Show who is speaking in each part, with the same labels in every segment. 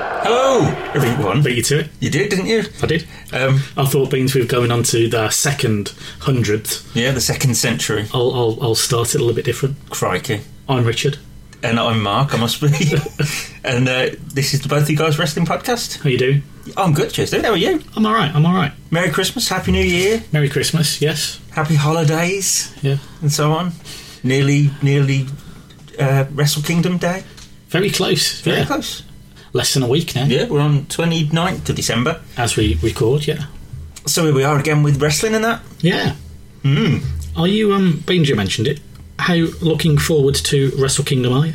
Speaker 1: Hello, everyone.
Speaker 2: Beat you to it.
Speaker 1: You did, didn't you?
Speaker 2: I did.
Speaker 1: Um,
Speaker 2: I thought beans we were going on to the second hundredth.
Speaker 1: yeah, the second century.
Speaker 2: I'll, I'll, I'll start it a little bit different.
Speaker 1: Crikey.
Speaker 2: I'm Richard.
Speaker 1: And I'm Mark, I must be. and uh, this is the Both You Guys Wrestling Podcast.
Speaker 2: How you doing?
Speaker 1: I'm good, cheers, dude. How are you?
Speaker 2: I'm all right. I'm all right.
Speaker 1: Merry Christmas, Happy New Year,
Speaker 2: Merry Christmas. Yes.
Speaker 1: Happy Holidays,
Speaker 2: Yeah.
Speaker 1: and so on. Nearly, nearly uh, Wrestle Kingdom Day.
Speaker 2: Very close.
Speaker 1: Very
Speaker 2: yeah.
Speaker 1: close.
Speaker 2: Less than a week now.
Speaker 1: Yeah, we're on 29th of December.
Speaker 2: As we record. Yeah.
Speaker 1: So here we are again with wrestling and that.
Speaker 2: Yeah. Mm. Are you um? Beans, you mentioned it. How looking forward to Wrestle Kingdom are you?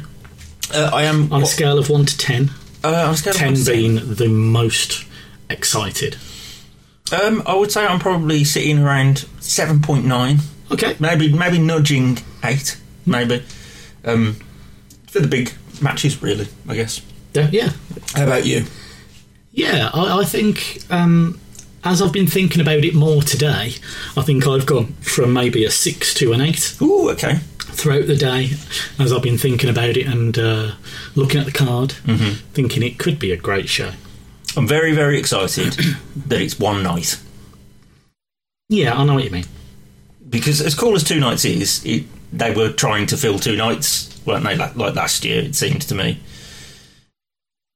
Speaker 1: Uh, I am.
Speaker 2: On a scale of one to ten,
Speaker 1: uh, on a scale of
Speaker 2: ten
Speaker 1: one to ten.
Speaker 2: being the most excited.
Speaker 1: Um, I would say I'm probably sitting around seven point nine,
Speaker 2: Okay.
Speaker 1: maybe maybe nudging eight, maybe. Um, for the big matches, really, I guess.
Speaker 2: Yeah. yeah.
Speaker 1: How about you?
Speaker 2: Yeah, I, I think um, as I've been thinking about it more today, I think I've gone from maybe a six to an eight
Speaker 1: Ooh, okay.
Speaker 2: throughout the day as I've been thinking about it and uh, looking at the card, thinking it could be a great show.
Speaker 1: I'm very very excited that it's one night
Speaker 2: Yeah, I know what you mean.
Speaker 1: because as cool as two nights is, it, they were trying to fill two nights, weren't they? Like, like last year, it seemed to me.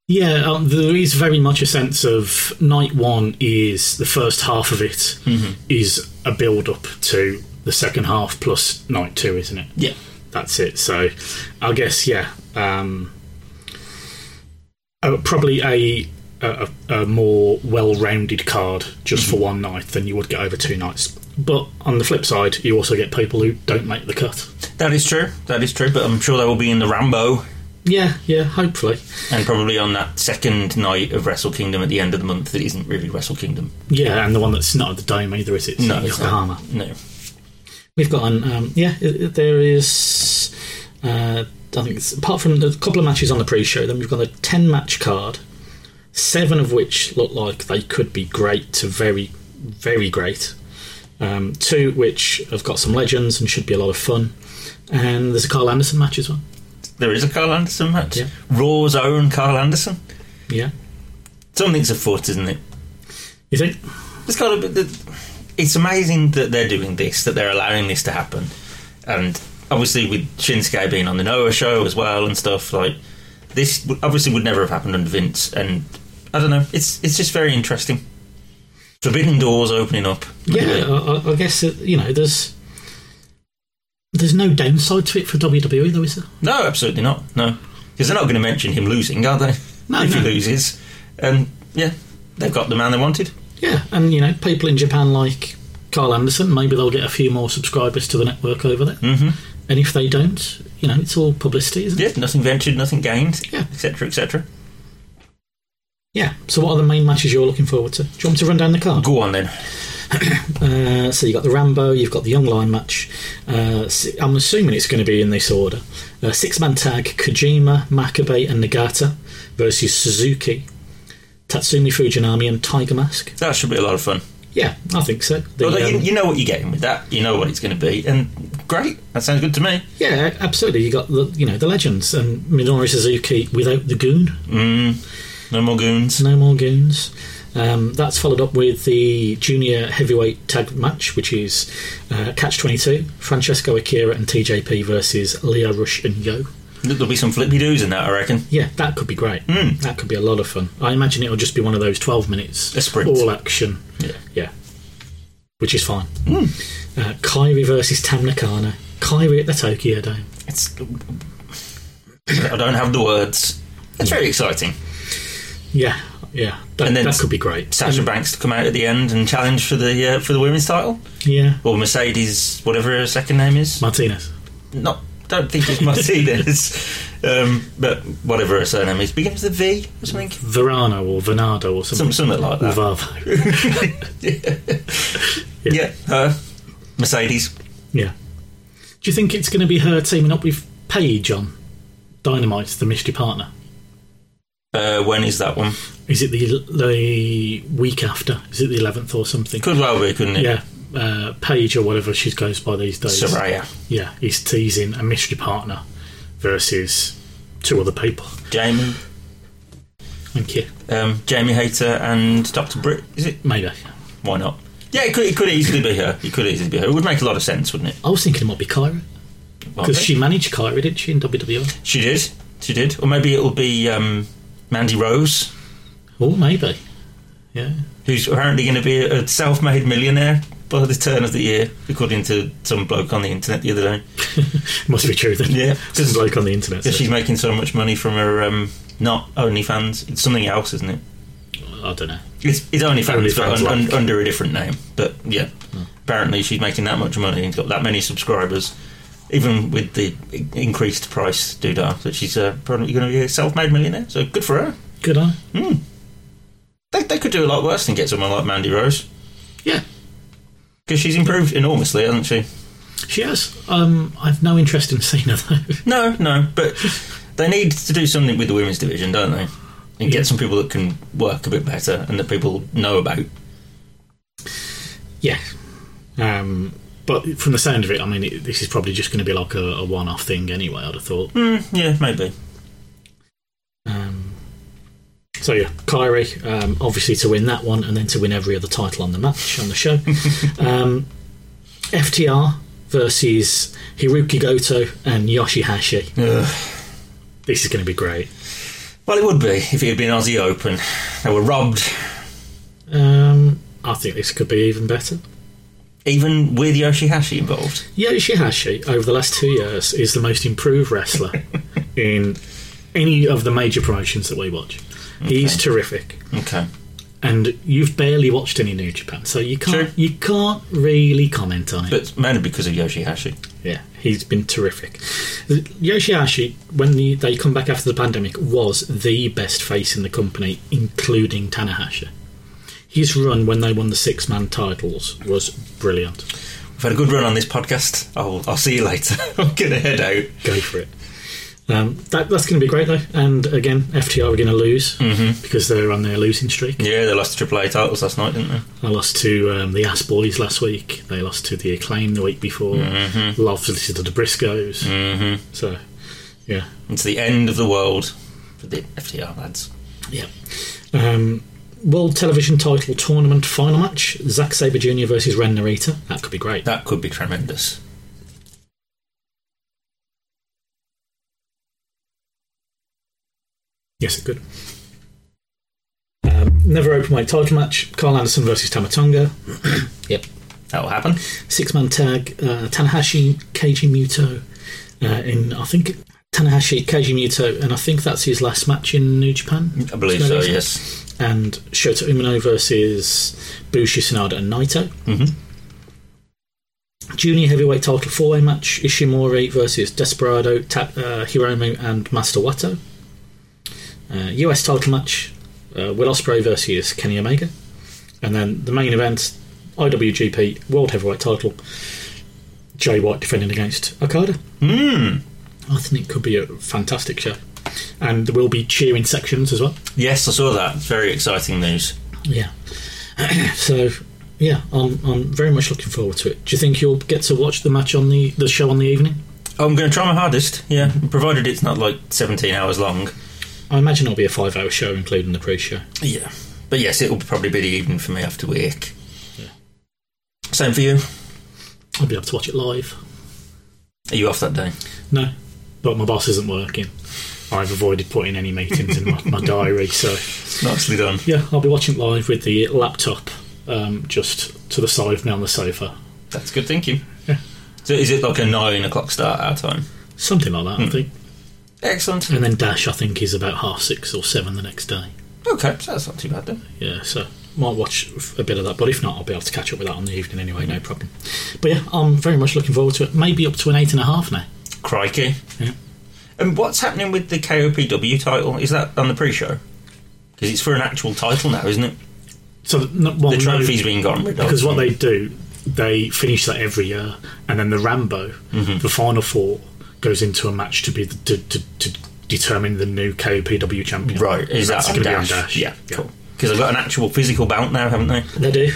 Speaker 2: Yeah, um, there is very much a sense of night one is the first half of it is a build up to the second half plus night two, isn't it?
Speaker 1: Yeah.
Speaker 2: that's it. So, I guess yeah, um, uh, probably a, a a more well-rounded card just for one night than you would get over two nights. But on the flip side, you also get people who don't make the cut.
Speaker 1: That is true. That is true. But I'm sure they will be in the Rambo
Speaker 2: Yeah, yeah, hopefully.
Speaker 1: and probably on that second night of Wrestle Kingdom at the end of the month. That isn't really Wrestle Kingdom.
Speaker 2: Yeah, and the one that's not at the dome either is it? It's
Speaker 1: No,
Speaker 2: in
Speaker 1: it's not.
Speaker 2: Yokohama.
Speaker 1: No.
Speaker 2: We've got an um, yeah. i- i- There is uh, I think it's, apart from the couple of matches on the pre-show, then we've got a ten-match card, seven of which look like they could be great to very, very great. Um, two which have got some legends and should be a lot of fun. And there's a Carl Anderson match as well.
Speaker 1: There is a Carl Anderson match.
Speaker 2: Yeah.
Speaker 1: Raw's own Carl Anderson.
Speaker 2: Yeah,
Speaker 1: Something's afoot, isn't it?
Speaker 2: you think?
Speaker 1: It's got to be. It's amazing that they're doing this, that they're allowing this to happen, and obviously with Shinsuke being on the Noah show as well and stuff like this, w- obviously would never have happened under Vince. And I don't know. It's it's just very interesting. Forbidden doors opening up.
Speaker 2: Yeah, I, I- I guess uh, you know there's there's no downside to it for WWE though, is there?
Speaker 1: No, absolutely not. No, because they're not going to mention him losing, are they?
Speaker 2: No,
Speaker 1: if he
Speaker 2: no.
Speaker 1: loses, and yeah, they've got the man they wanted.
Speaker 2: Yeah, and you know, people in Japan like Carl Anderson, maybe they'll get a few more subscribers to the network over there. Mm-hmm. And if they don't, you know, it's all publicity, isn't
Speaker 1: Yeah,
Speaker 2: it?
Speaker 1: nothing ventured, nothing gained,
Speaker 2: Yeah.
Speaker 1: etc., etc.
Speaker 2: Yeah. So, what are the main matches you're looking forward to? Do you want me to run down the card?
Speaker 1: Go on then.
Speaker 2: Uh, so, you've got the Rambo, you've got the Young Lion match. Uh, s- I'm assuming it's going to be in this order uh, six man tag Kojima, Makabe, and Nagata versus Suzuki, Tatsumi Fujinami, and Tiger Mask.
Speaker 1: That should be a lot of fun.
Speaker 2: Yeah, I think so. The,
Speaker 1: Well, you,
Speaker 2: um,
Speaker 1: you know what you're getting with that. You know what it's going to be, and great. That sounds good to me.
Speaker 2: Yeah, absolutely. You got the you know the legends and Minoru Suzuki without the goon.
Speaker 1: No more goons.
Speaker 2: No more goons. Um, that's followed up with the junior heavyweight tag match, which is uh, Catch Twenty Two: Francesco Akira and TJP versus Leo Rush and Yo.
Speaker 1: There'll be some flippy doos in that, I reckon.
Speaker 2: Yeah, that could be great.
Speaker 1: Hmm.
Speaker 2: That could be a lot of fun. I imagine it'll just be one of those twelve minutes,
Speaker 1: A sprint.
Speaker 2: all action.
Speaker 1: Yeah. Hmm.
Speaker 2: Yeah, which is fine. Uh, Kyrie versus Tam Nakano. Kyrie at the Tokyo Dome.
Speaker 1: It's. I don't have the words. It's very exciting.
Speaker 2: Yeah, yeah. That,
Speaker 1: And then-
Speaker 2: that could be great.
Speaker 1: Sasha Banks to come out at the end and challenge for the uh, for the women's title
Speaker 2: Yeah.
Speaker 1: or Mercedes, whatever her second name is.
Speaker 2: Martinez.
Speaker 1: Not. Don't think it's Mercedes, um, but whatever her surname is begins with a V or something.
Speaker 2: Verano or Venado or something.
Speaker 1: Some, something like that.
Speaker 2: Vavo.
Speaker 1: Yeah, her. Mercedes.
Speaker 2: Yeah. Do you think it's going to be her teaming up with Paige on Dynamite, the mystery partner?
Speaker 1: Uh, when is that one?
Speaker 2: Is it the the week after? Is it the eleventh or something?
Speaker 1: Could well be, couldn't it?
Speaker 2: Yeah. Uh, Paige or whatever she goes by these days.
Speaker 1: Soraya.
Speaker 2: Yeah, he's teasing a mystery partner versus two other people.
Speaker 1: Jamie.
Speaker 2: Thank you.
Speaker 1: Um, Jamie Hayter and Doctor Britt. Is it?
Speaker 2: Maybe.
Speaker 1: Why not? Yeah, it could, it could easily be her. It could easily be her. It would make a lot of sense, wouldn't it?
Speaker 2: I was thinking it might be Kyra
Speaker 1: Might
Speaker 2: because
Speaker 1: be.
Speaker 2: she managed Kyra, didn't she, in E? WWE?
Speaker 1: she did, she did, or maybe it'll be um, Mandy Rose,
Speaker 2: Oh, maybe. Yeah.
Speaker 1: who's apparently going to be a, a self-made millionaire by the turn of the year, according to some bloke on the internet the other day.
Speaker 2: Must be true then.
Speaker 1: Yeah,
Speaker 2: Some
Speaker 1: because
Speaker 2: bloke on the internet. said-
Speaker 1: she's making so much money from her um, not OnlyFans. It's something else, isn't it?
Speaker 2: I don't know.
Speaker 1: It's, it's OnlyFans,
Speaker 2: OnlyFans,
Speaker 1: but un, un,
Speaker 2: like.
Speaker 1: under a different name. But yeah, apparently she's making that much money and got that many subscribers, even with the i- increased price doodah, that she's uh, probably going to be a self-made millionaire. So good for her.
Speaker 2: Good eye.
Speaker 1: They, they could do a lot worse than get someone like Mandy Rose
Speaker 2: Yeah.
Speaker 1: because she's improved enormously, hasn't she?
Speaker 2: She has. Um, I've no interest in seeing her though.
Speaker 1: No, no, but they need to do something with the women's division, don't they? And
Speaker 2: Yeah.
Speaker 1: get some people that can work a bit better and that people know about.
Speaker 2: yeah. Um, but from the sound of it, I mean, it, this is probably just going to be like a, a one-off thing anyway. I'd have thought.
Speaker 1: Hmm, yeah, maybe.
Speaker 2: Um, so yeah, Kyrie, um, obviously to win that one, and then to win every other title on the match on the show. um, FTR versus Hiroki Goto and Yoshihashi.
Speaker 1: Ugh.
Speaker 2: This is going to be great.
Speaker 1: Well, it would be if it had been Aussie Open. They were robbed
Speaker 2: Um, I think this could be even better.
Speaker 1: even with Yoshihashi involved.
Speaker 2: Yoshihashi, over the last two years, is the most improved wrestler in any of the major promotions that we watch. He's terrific.
Speaker 1: Okay.
Speaker 2: And you've barely watched any New Japan, so you can't
Speaker 1: True.
Speaker 2: you can't really comment on it.
Speaker 1: But mainly because of Yoshihashi.
Speaker 2: Yeah, he's been terrific. Yoshihashi, when the, they come back after the pandemic, was the best face in the company, including Tanahashi. His run when they won the six man titles was brilliant.
Speaker 1: We've had a good run on this podcast. I'll, I'll see you later. I'm going to head out.
Speaker 2: Go for it. Um, that, that's going to be great, though. And again, FTR are going to lose because they're on their losing streak.
Speaker 1: Yeah, they lost the AAA titles last night, didn't they?
Speaker 2: They lost to um, the Ass Boys last week. They lost to the Acclaim the week before. Mm-hmm. Mm. Obviously to the Briscoes.
Speaker 1: Mm-hmm.
Speaker 2: So, yeah.
Speaker 1: It's the end of the world for the FTR lads.
Speaker 2: Yeah. Um, World Television Title Tournament final match: Zack Saber Jr. versus Ren Narita. That could be great.
Speaker 1: That could be tremendous.
Speaker 2: Yes, it could. Um, never open weight title match: Carl Anderson versus Tamatonga. yep.
Speaker 1: That'll happen.
Speaker 2: Six man tag: uh, Tanahashi, Keiji Muto. Uh, in I think Tanahashi, Keiji Muto, and I think that's his last match in New Japan.
Speaker 1: I believe so,
Speaker 2: Does that make
Speaker 1: yes.
Speaker 2: And Shota Umino versus Bushi, Sonada, and Naito.
Speaker 1: Mm-hmm.
Speaker 2: Junior heavyweight title four way match: Ishimori versus Desperado, Ta- uh, Hiromu, and Master Wato. Uh, US title match: uh, Will Ospreay versus Kenny Omega, and then the main event: IWGP World Heavyweight Title. Jay White defending against Okada.
Speaker 1: Mm.
Speaker 2: I think it could be a fantastic show, and there will be cheering sections as well.
Speaker 1: Yes, I saw that. It's very exciting news.
Speaker 2: Yeah. so, yeah, I'm I'm very much looking forward to it. Do you think you'll get to watch the match on the the show on the evening?
Speaker 1: I'm going to try my hardest, yeah, provided it's not like 17 hours long.
Speaker 2: I imagine it'll be a five hour show, including the pre show.
Speaker 1: Yeah. But yes, it will probably be the evening for me after work. Same for you.
Speaker 2: I'll be able to watch it live.
Speaker 1: Are you off that day?
Speaker 2: No, but my boss isn't working. I've avoided putting any meetings in my, my diary, so
Speaker 1: Nicely done.
Speaker 2: yeah, I'll be watching it live with the laptop um, just to the side of me on the sofa.
Speaker 1: That's good thinking.
Speaker 2: Yeah.
Speaker 1: So is it like a nine o'clock start our time?
Speaker 2: Something like
Speaker 1: Hmm.
Speaker 2: that, I think.
Speaker 1: Excellent.
Speaker 2: And then Dash, I think, is about half six or seven the next day.
Speaker 1: Okay, so that's not too bad then.
Speaker 2: Yeah, so might watch a bit of that, but if not, I'll be able to catch up with that on the evening anyway,
Speaker 1: Hmm.
Speaker 2: no problem. But yeah, I'm very much looking forward to it. Maybe up to an eight and a half now.
Speaker 1: Crikey.
Speaker 2: Yeah.
Speaker 1: And what's happening with the KOPW title? Is that on the pre-show? Because it's for an actual title now, isn't it?
Speaker 2: So no, well,
Speaker 1: The
Speaker 2: Oh, no-
Speaker 1: trophy's being gotten rid of.
Speaker 2: Because what they do, they finish that every year, and then the Rambo,
Speaker 1: Mm-hmm.
Speaker 2: the final four, goes into a match to be the, to, to, to determine the new KOPW champion.
Speaker 1: right is
Speaker 2: That's
Speaker 1: that on
Speaker 2: gonna be on
Speaker 1: Dash?
Speaker 2: Dash.
Speaker 1: Yeah,
Speaker 2: Yeah.
Speaker 1: cool. Because they've got an actual physical belt now, haven't they?
Speaker 2: They do.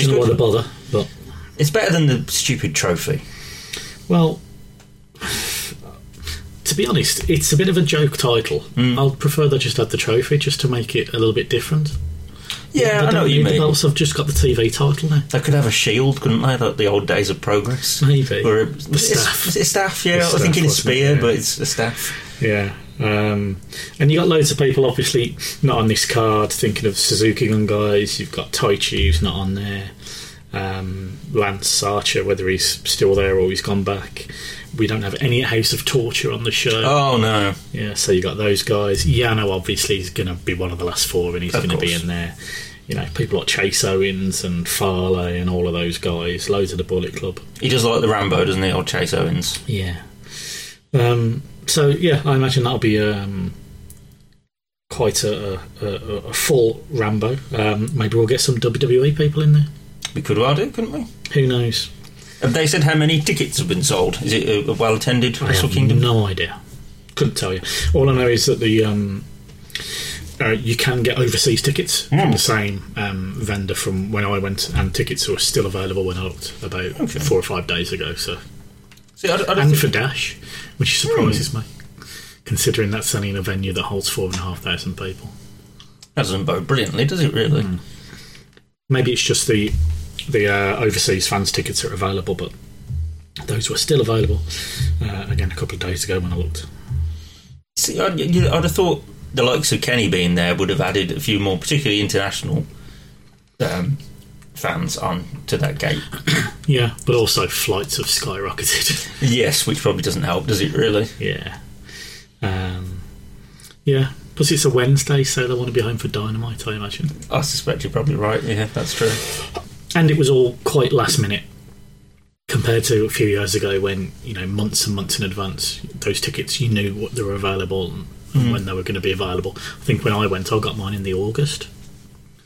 Speaker 2: You
Speaker 1: is
Speaker 2: know why
Speaker 1: good.
Speaker 2: they bother, but
Speaker 1: It's better than the stupid trophy.
Speaker 2: well, to be honest, it's a bit of a joke title.
Speaker 1: Mm.
Speaker 2: I'd prefer they just had the trophy just to make it a little bit different. They
Speaker 1: Yeah, I
Speaker 2: don't
Speaker 1: know what you
Speaker 2: need the
Speaker 1: mean.
Speaker 2: belts, I've just got the TV title now.
Speaker 1: They could have a shield, couldn't they? Like the old days of progress.
Speaker 2: Maybe.
Speaker 1: Or a, was it-
Speaker 2: staff.
Speaker 1: was it a staff,
Speaker 2: The
Speaker 1: yeah. I was
Speaker 2: staff,
Speaker 1: thinking a
Speaker 2: wasn't it?
Speaker 1: spear,
Speaker 2: Yeah.
Speaker 1: but it's a staff.
Speaker 2: Yeah. Um, and you got loads of people, obviously, not on this card, thinking of Suzuki gun guys. You've got Taichi, who's not on there. Um, Lance Archer, whether he's still there or he's gone back. We don't have any House of Torture on the show.
Speaker 1: Oh no,
Speaker 2: Yeah, so you got those guys. Yano, obviously, is going to be one of the last four, and he's
Speaker 1: Of
Speaker 2: going to be
Speaker 1: course.
Speaker 2: in there. You know, people like Chase Owens and Farley and all of those guys. Loads of the Bullet Club.
Speaker 1: he does like the Rambo, doesn't he? Old Chase Owens.
Speaker 2: Yeah. Um, so yeah, I imagine that'll be um, quite a, a, a, a full Rambo. Um, maybe we'll get some WWE people in there.
Speaker 1: We could well do, couldn't we?
Speaker 2: Who knows?
Speaker 1: Have they said how many tickets have been sold? Is it a, a well attended
Speaker 2: I
Speaker 1: Wrestle
Speaker 2: have
Speaker 1: Kingdom?
Speaker 2: no idea. Couldn't tell you. All I know is that the um, uh, you can get overseas tickets
Speaker 1: Hmm.
Speaker 2: from the same um, vendor from when I went, and tickets were still available when I looked about
Speaker 1: Okay.
Speaker 2: four or five days ago. So,
Speaker 1: See, I, I don't
Speaker 2: and
Speaker 1: think-
Speaker 2: for Dash, which surprises me, considering that's only in a venue that holds four and a half thousand people.
Speaker 1: that doesn't bode brilliantly, does it? Really?
Speaker 2: Hmm. maybe it's just the the uh, overseas fans tickets are available, but those were still available uh, again a couple of days ago when I looked.
Speaker 1: See, I'd, you I'd have thought the likes of Kenny being there would have added a few more, particularly international um, fans, on to that gate.
Speaker 2: Yeah, but also flights have skyrocketed.
Speaker 1: Yes, which probably doesn't help, does it? Really?
Speaker 2: yeah, um, yeah. Plus, it's a Wednesday, so they want to be home for Dynamite, I imagine.
Speaker 1: I suspect you're probably right. Yeah, that's true.
Speaker 2: And it was all quite last minute compared to a few years ago when you know months and months in advance those tickets you knew what they were available and
Speaker 1: Mm.
Speaker 2: when they were going to be available. I think when I went, I got mine in the August.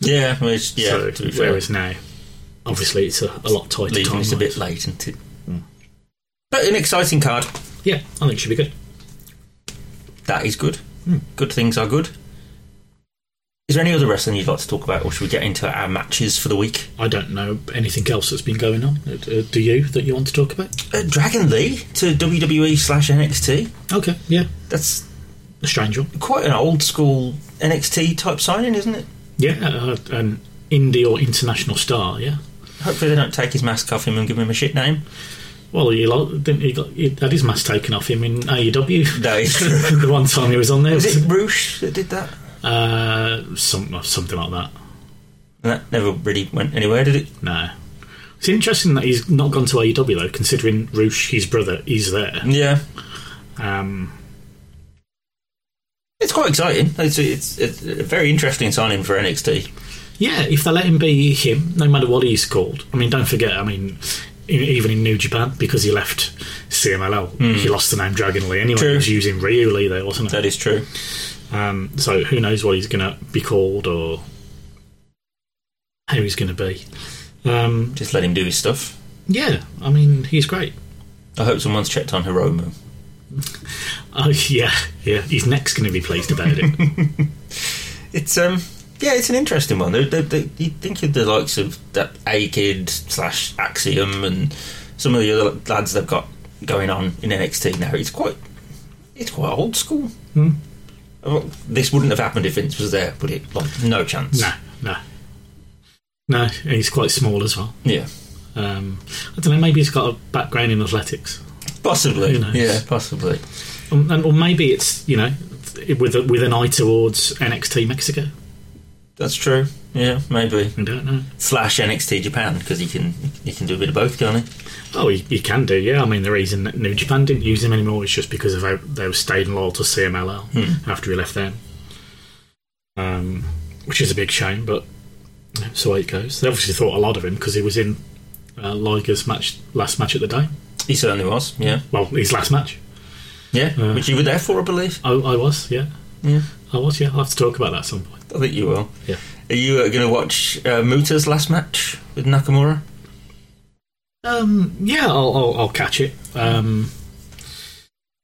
Speaker 1: Yeah, which, yeah.
Speaker 2: so,
Speaker 1: to be fair,
Speaker 2: whereas now, obviously, it's a, a lot tighter.
Speaker 1: leaving is a
Speaker 2: timeline.
Speaker 1: bit late, isn't it? Mm. But an exciting card.
Speaker 2: Yeah, I think it should be good.
Speaker 1: That is good. Good things are good. Is there any other wrestling you'd like to talk about, or should we get into our matches for the week?
Speaker 2: I don't know anything else that's been going on. Uh, do you that you want to talk about?
Speaker 1: Uh, Dragon Lee to WWE slash NXT.
Speaker 2: Okay, yeah,
Speaker 1: That's
Speaker 2: a strange one.
Speaker 1: quite an old school NXT type signing, isn't it?
Speaker 2: Yeah, uh, an indie or international star. Yeah.
Speaker 1: Hopefully they don't take his mask off him and give him a shit name.
Speaker 2: Well, he lo- didn't he got he had his mask taken off him in E AEW.
Speaker 1: That is true.
Speaker 2: the one time he was on there,
Speaker 1: Was
Speaker 2: was
Speaker 1: it Roosh that did that?
Speaker 2: uh, some, something like that.
Speaker 1: And that never really went anywhere, did it?
Speaker 2: No, it's interesting that he's not gone to AEW though, considering Roosh, his brother, is there.
Speaker 1: Yeah.
Speaker 2: Um,
Speaker 1: It's quite exciting. It's, it's, it's a very interesting signing for NXT.
Speaker 2: Yeah, if they let him be him, no matter what he's called. I mean, don't forget. I mean, in, even in New Japan, because he left CMLL, he lost the name Dragon Lee anyway.
Speaker 1: Hmm. True.
Speaker 2: He was using Ryu Lee there, wasn't it?
Speaker 1: That is true.
Speaker 2: Um, so who knows what he's going to be called or how he's going to be. Um,
Speaker 1: Just let him do his stuff.
Speaker 2: yeah, I mean, he's great.
Speaker 1: I hope someone's checked on Hiromu.
Speaker 2: Oh yeah, yeah. His neck's going to be pleased about it.
Speaker 1: It's um yeah, it's an interesting one. They, they, they, you think of the likes of that A Kid slash Axiom and some of the other lads they've got going on in NXT now. It's quite it's quite old school.
Speaker 2: Hmm.
Speaker 1: Well, This wouldn't have happened if Vince was there, would it? Like, no chance.
Speaker 2: no, no, no. And he's quite small as well.
Speaker 1: Yeah,
Speaker 2: Um, I don't know. Maybe he's got a background in athletics.
Speaker 1: possibly.
Speaker 2: Who knows?
Speaker 1: Yeah, possibly.
Speaker 2: Um, and, or maybe it's you know with a, with an eye towards NXT Mexico.
Speaker 1: That's true. Yeah, maybe
Speaker 2: I don't know.
Speaker 1: slash NXT Japan because he can he can do a bit of both, can't he?
Speaker 2: Oh, you, you can do, yeah. I mean, the reason that New Japan didn't use him anymore is just because of how they were staying loyal to CMLL after he left them, um, which is a big shame. But that's the way it goes. They obviously thought a lot of him because he was in uh, Liger's match last match at the day.
Speaker 1: He certainly was. Yeah,
Speaker 2: Well, his last match.
Speaker 1: yeah. Which you were there for, I believe.
Speaker 2: I, I was, yeah,
Speaker 1: Yeah,
Speaker 2: I was, yeah. I'll have to talk about that at some point.
Speaker 1: I think you will.
Speaker 2: Yeah.
Speaker 1: Are you uh, going to watch uh, Muta's last match with Nakamura?
Speaker 2: Um, yeah, I'll, I'll, I'll catch it. Um,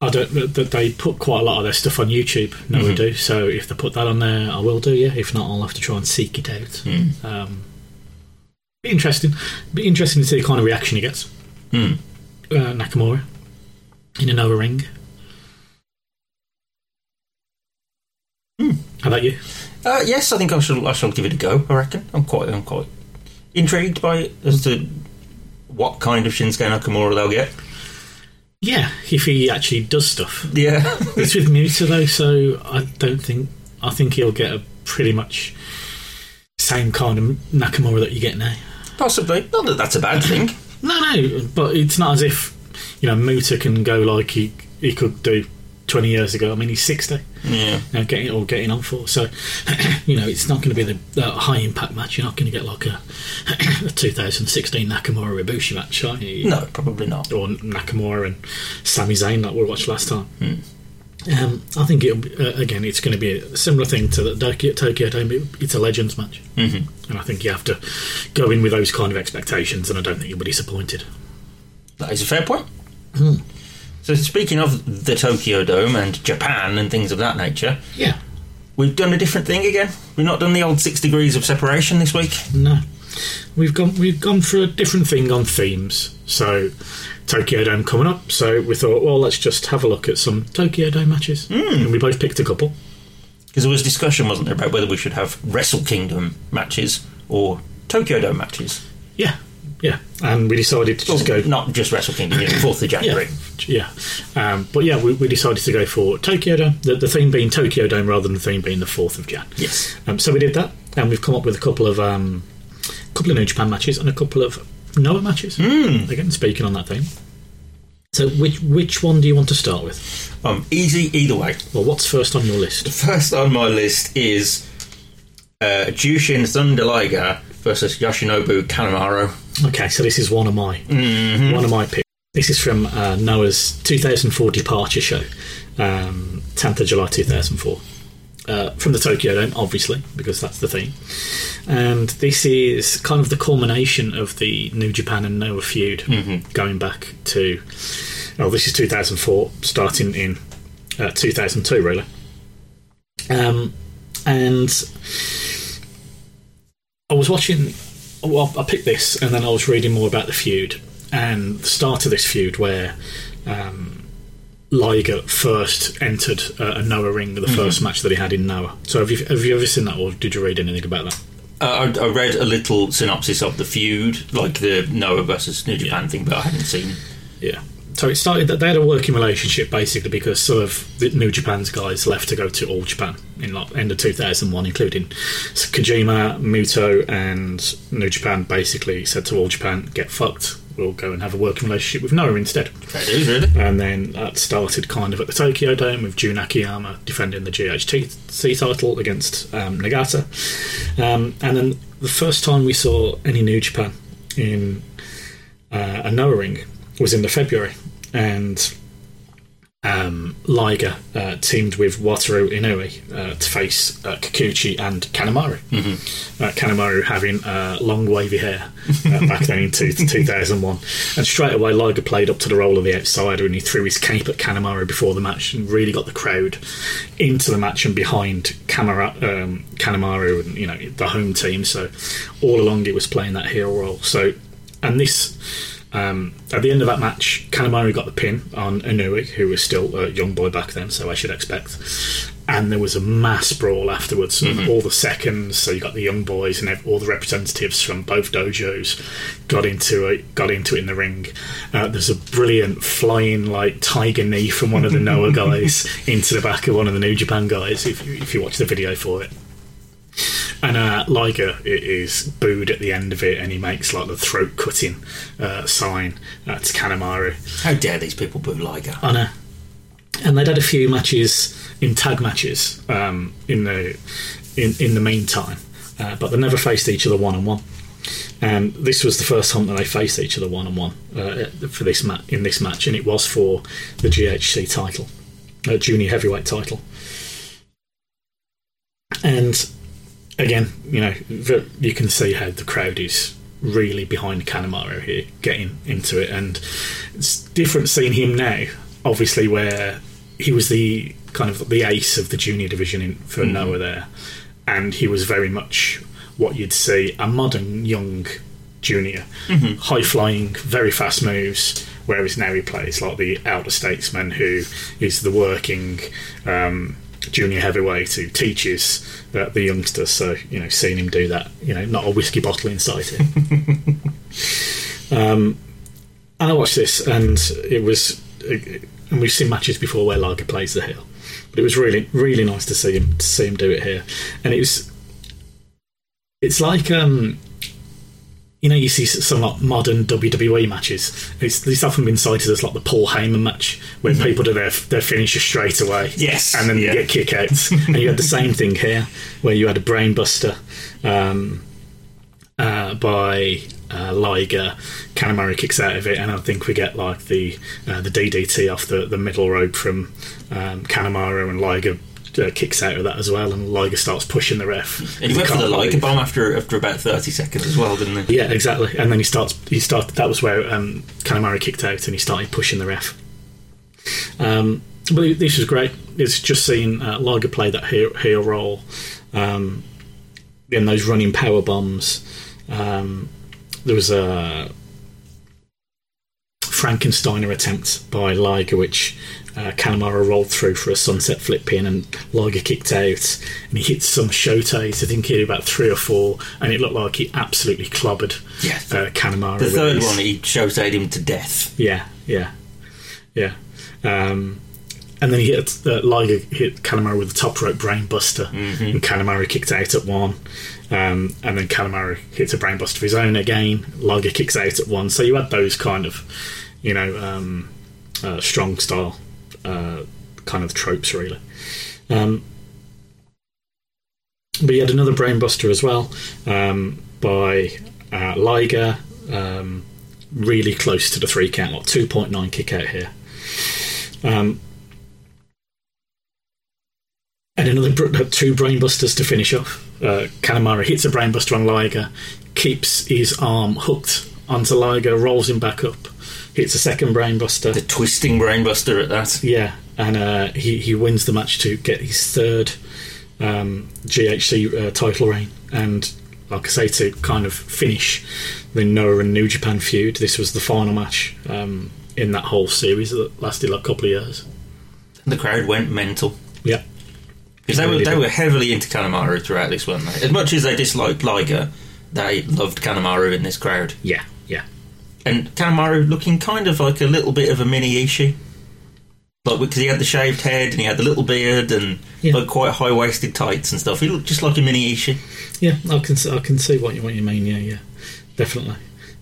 Speaker 2: I don't. th- th- They put quite a lot of their stuff on YouTube. No, we do. So if they put that on there, I will do. Yeah. If not, I'll have to try and seek it out. Um, be interesting. Be interesting to see the kind of reaction he gets.
Speaker 1: Hmm.
Speaker 2: Uh, Nakamura in another ring. How about you?
Speaker 1: Uh, yes, I think I shall. I shall give it a go. I reckon I'm quite. I'm quite intrigued by it as to what kind of Shinsuke Nakamura they'll get.
Speaker 2: Yeah, if he actually does stuff.
Speaker 1: Yeah,
Speaker 2: It's with Muta though, so I don't think I think he'll get a pretty much same kind of Nakamura that you get now.
Speaker 1: possibly. Not that that's a bad thing.
Speaker 2: No, no, but it's not as if you know Muta can go like he he could do twenty years ago. I mean, he's sixty.
Speaker 1: Yeah,
Speaker 2: you know, getting or getting on for. So, you know, it's not going to be the, the high impact match. You're not going to get like a, a 2016 Nakamura Ibushi match, are you?
Speaker 1: no, probably not.
Speaker 2: Or Nakamura and Sami Zayn like we watched last time. Um, I think it'll be, uh, again, it's going to be a similar thing to the Tokyo, Tokyo Dome. It- It's a Legends match, mm-hmm. and I think you have to go in with those kind of expectations, and I don't think you'll be disappointed.
Speaker 1: That is a fair point. So speaking of the Tokyo Dome and Japan and things of that nature,
Speaker 2: Yeah,
Speaker 1: we've done a different thing again. We've not done the old six degrees of separation this week.
Speaker 2: No, we've gone we've gone for a different thing on themes. So Tokyo Dome coming up. So we thought, well, let's just have a look at some Tokyo Dome matches, mm. and we both picked a couple.
Speaker 1: Because there was discussion, wasn't there, about whether we should have Wrestle Kingdom matches or Tokyo Dome matches.
Speaker 2: Yeah, yeah, and we decided to just
Speaker 1: Well,
Speaker 2: go.
Speaker 1: Not just Wrestle Kingdom, you know, 4th of
Speaker 2: Yeah,
Speaker 1: January.
Speaker 2: yeah, um, but yeah, we, we decided to go for Tokyo Dome. The, the theme being Tokyo Dome rather than the theme being the fourth of Jan.
Speaker 1: Yes.
Speaker 2: Um, so we did that, and we've come up with a couple of um, couple of New Japan matches and a couple of Noah matches. Again, speaking on that theme. So, which which one do you want to start with?
Speaker 1: Um, easy either way.
Speaker 2: Well, what's first on your list?
Speaker 1: First on my list is uh, Jushin Thunder Liger versus Yoshinobu Kanemaru.
Speaker 2: Okay, so this is one of my one of my picks. This is from uh, Noah's 2004 departure show, um, 10th of July 2004, uh, from the Tokyo Dome, obviously, because that's the theme. And this is kind of the culmination of the New Japan and Noah feud, going back to oh, this is 2004, starting in uh, 2002, really. Um, and I was watching. Well, I picked this, and then I was reading more about the feud and the start of this feud, where um, Liger first entered uh, a Noah ring, the first match that he had in Noah. So, have you have you ever seen that, or did you read anything about that?
Speaker 1: Uh, I, I read a little synopsis of the feud, like the Noah versus New Japan thing, but I hadn't seen.
Speaker 2: Yeah. So it started that they had a working relationship basically because some of the New Japan's guys left to go to All Japan in like end of 2001, including Kojima, Muto, and New Japan. Basically, said to All Japan, "Get fucked. We'll go and have a working relationship with Noah instead."
Speaker 1: Fair dues, really.
Speaker 2: And then that started kind of at the Tokyo Dome with Jun Akiyama defending the GHC title against um, Nagata. Um, and then the first time we saw any New Japan in uh, a Noah ring was in the February. And um, Liger uh, teamed with Wataru Inoue uh, to face uh, Kikuchi and Kanemaru. Uh, Kanemaru having uh, long wavy hair uh, back then in two, 2001. And straight away, Liger played up to the role of the outsider and he threw his cape at Kanemaru before the match and really got the crowd into the match and behind Kamara, um, Kanemaru and you know the home team. So all along, it was playing that heel role. So and this um, at the end of that match, Kanemaru got the pin on Inui, who was still a young boy back then, so I should expect. And there was a mass brawl afterwards, and all the seconds. So you got the young boys and ev- all the representatives from both dojos got into it. Got into it in the ring. Uh, there's a brilliant flying like tiger knee from one of the Noah guys into the back of one of the New Japan guys. If you, if you watch the video for it, and uh, Liger i- is booed at the end of it, and he makes like the throat cutting uh, sign uh, to Kanemaru.
Speaker 1: How dare these people boo Liger?
Speaker 2: I know. And they'd had a few matches in tag matches um, in the in, in the meantime, uh, but they never faced each other one on one. And this was the first time that they faced each other one on one for this ma- in this match, and it was for the GHC title, uh, junior heavyweight title. And again, you know, the- you can see how the crowd is really behind Kanemaru here, getting into it, and it's different seeing him now. Obviously, where he was the kind of the ace of the junior division in, for Noah there, and he was very much what you'd see a modern young junior, high flying, very fast moves. Whereas now he plays like the elder statesman who is the working. Um, junior heavyweight who teaches uh, the youngsters. So you know, seeing him do that, you know, not a whiskey bottle inside him. um, and I watched this, and it was, and we've seen matches before where Lager plays the heel, but it was really, really nice to see him to see him do it here, and it was. It's like um, you know, you see some like modern WWE matches. It's, it's often been cited as like the Paul Heyman match, where people do their their finisher straight away.
Speaker 1: Mm-hmm. Yes,
Speaker 2: and then
Speaker 1: yeah.
Speaker 2: you get kickouts. and you had the same thing here, where you had a brainbuster um, uh, by uh, Liger. Kanemaru kicks out of it, and I think we get like the uh, the DDT off the, the middle rope from um, Kanemaru, and Liger uh, kicks out of that as well, and Liger starts pushing the ref.
Speaker 1: And he went for
Speaker 2: can't
Speaker 1: the Liger
Speaker 2: believe-
Speaker 1: bomb after after about thirty seconds as well, didn't he?
Speaker 2: yeah, exactly. And then he starts. He started. That was where um, Calamari kicked out, and he started pushing the ref. Um, but it- this was great. It's just seeing uh, Liger play that heel, heel role, um, and those running power bombs. Um, there was a Frankensteiner attempt by Liger, which uh, Calamaro rolled through for a sunset flip pin, and Liger kicked out, and he hit some shotes. I think he had about three or four, and it looked like he absolutely clobbered
Speaker 1: Yeah.
Speaker 2: uh, Calamaro.
Speaker 1: The
Speaker 2: with
Speaker 1: third
Speaker 2: his-
Speaker 1: one, he showed him to death.
Speaker 2: yeah, yeah, yeah. Um, and then he hit uh, Liger hit Kanemaru with the top rope brainbuster, and Kanemaru kicked out at one. Um, and then Kanemaru hits a brainbuster of his own again. Liger kicks out at one. So you had those kind of, you know, um, uh, strong style uh, kind of tropes, really. Um, but you had another brainbuster as well um, by uh, Liger. Um, really close to the three count, like 2.9 kick out here. Um, and another br- uh, two brainbusters to finish off. Uh, Kanemaru hits a brainbuster on Liger, keeps his arm hooked onto Liger, rolls him back up, hits a second brainbuster.
Speaker 1: The twisting brainbuster at that.
Speaker 2: Yeah, and uh, he he wins the match to get his third um, GHC uh, title reign. And like I say, to kind of finish the Noah and New Japan feud, this was the final match um, in that whole series that lasted like a couple of years.
Speaker 1: The crowd went mental.
Speaker 2: Yeah,
Speaker 1: Because they, were,
Speaker 2: Really
Speaker 1: they
Speaker 2: did.
Speaker 1: were heavily into Kanemaru throughout this, weren't they? As much as they disliked Liger, they loved Kanemaru in this crowd.
Speaker 2: yeah, yeah,
Speaker 1: And Kanemaru looking kind of like a little bit of a mini Ishii. Like, because he had the shaved head and he had the little beard and
Speaker 2: Yeah.
Speaker 1: like quite high waisted tights and stuff. He looked just like a mini Ishii.
Speaker 2: yeah. I can s- I can see what you what you mean. Yeah, yeah, definitely.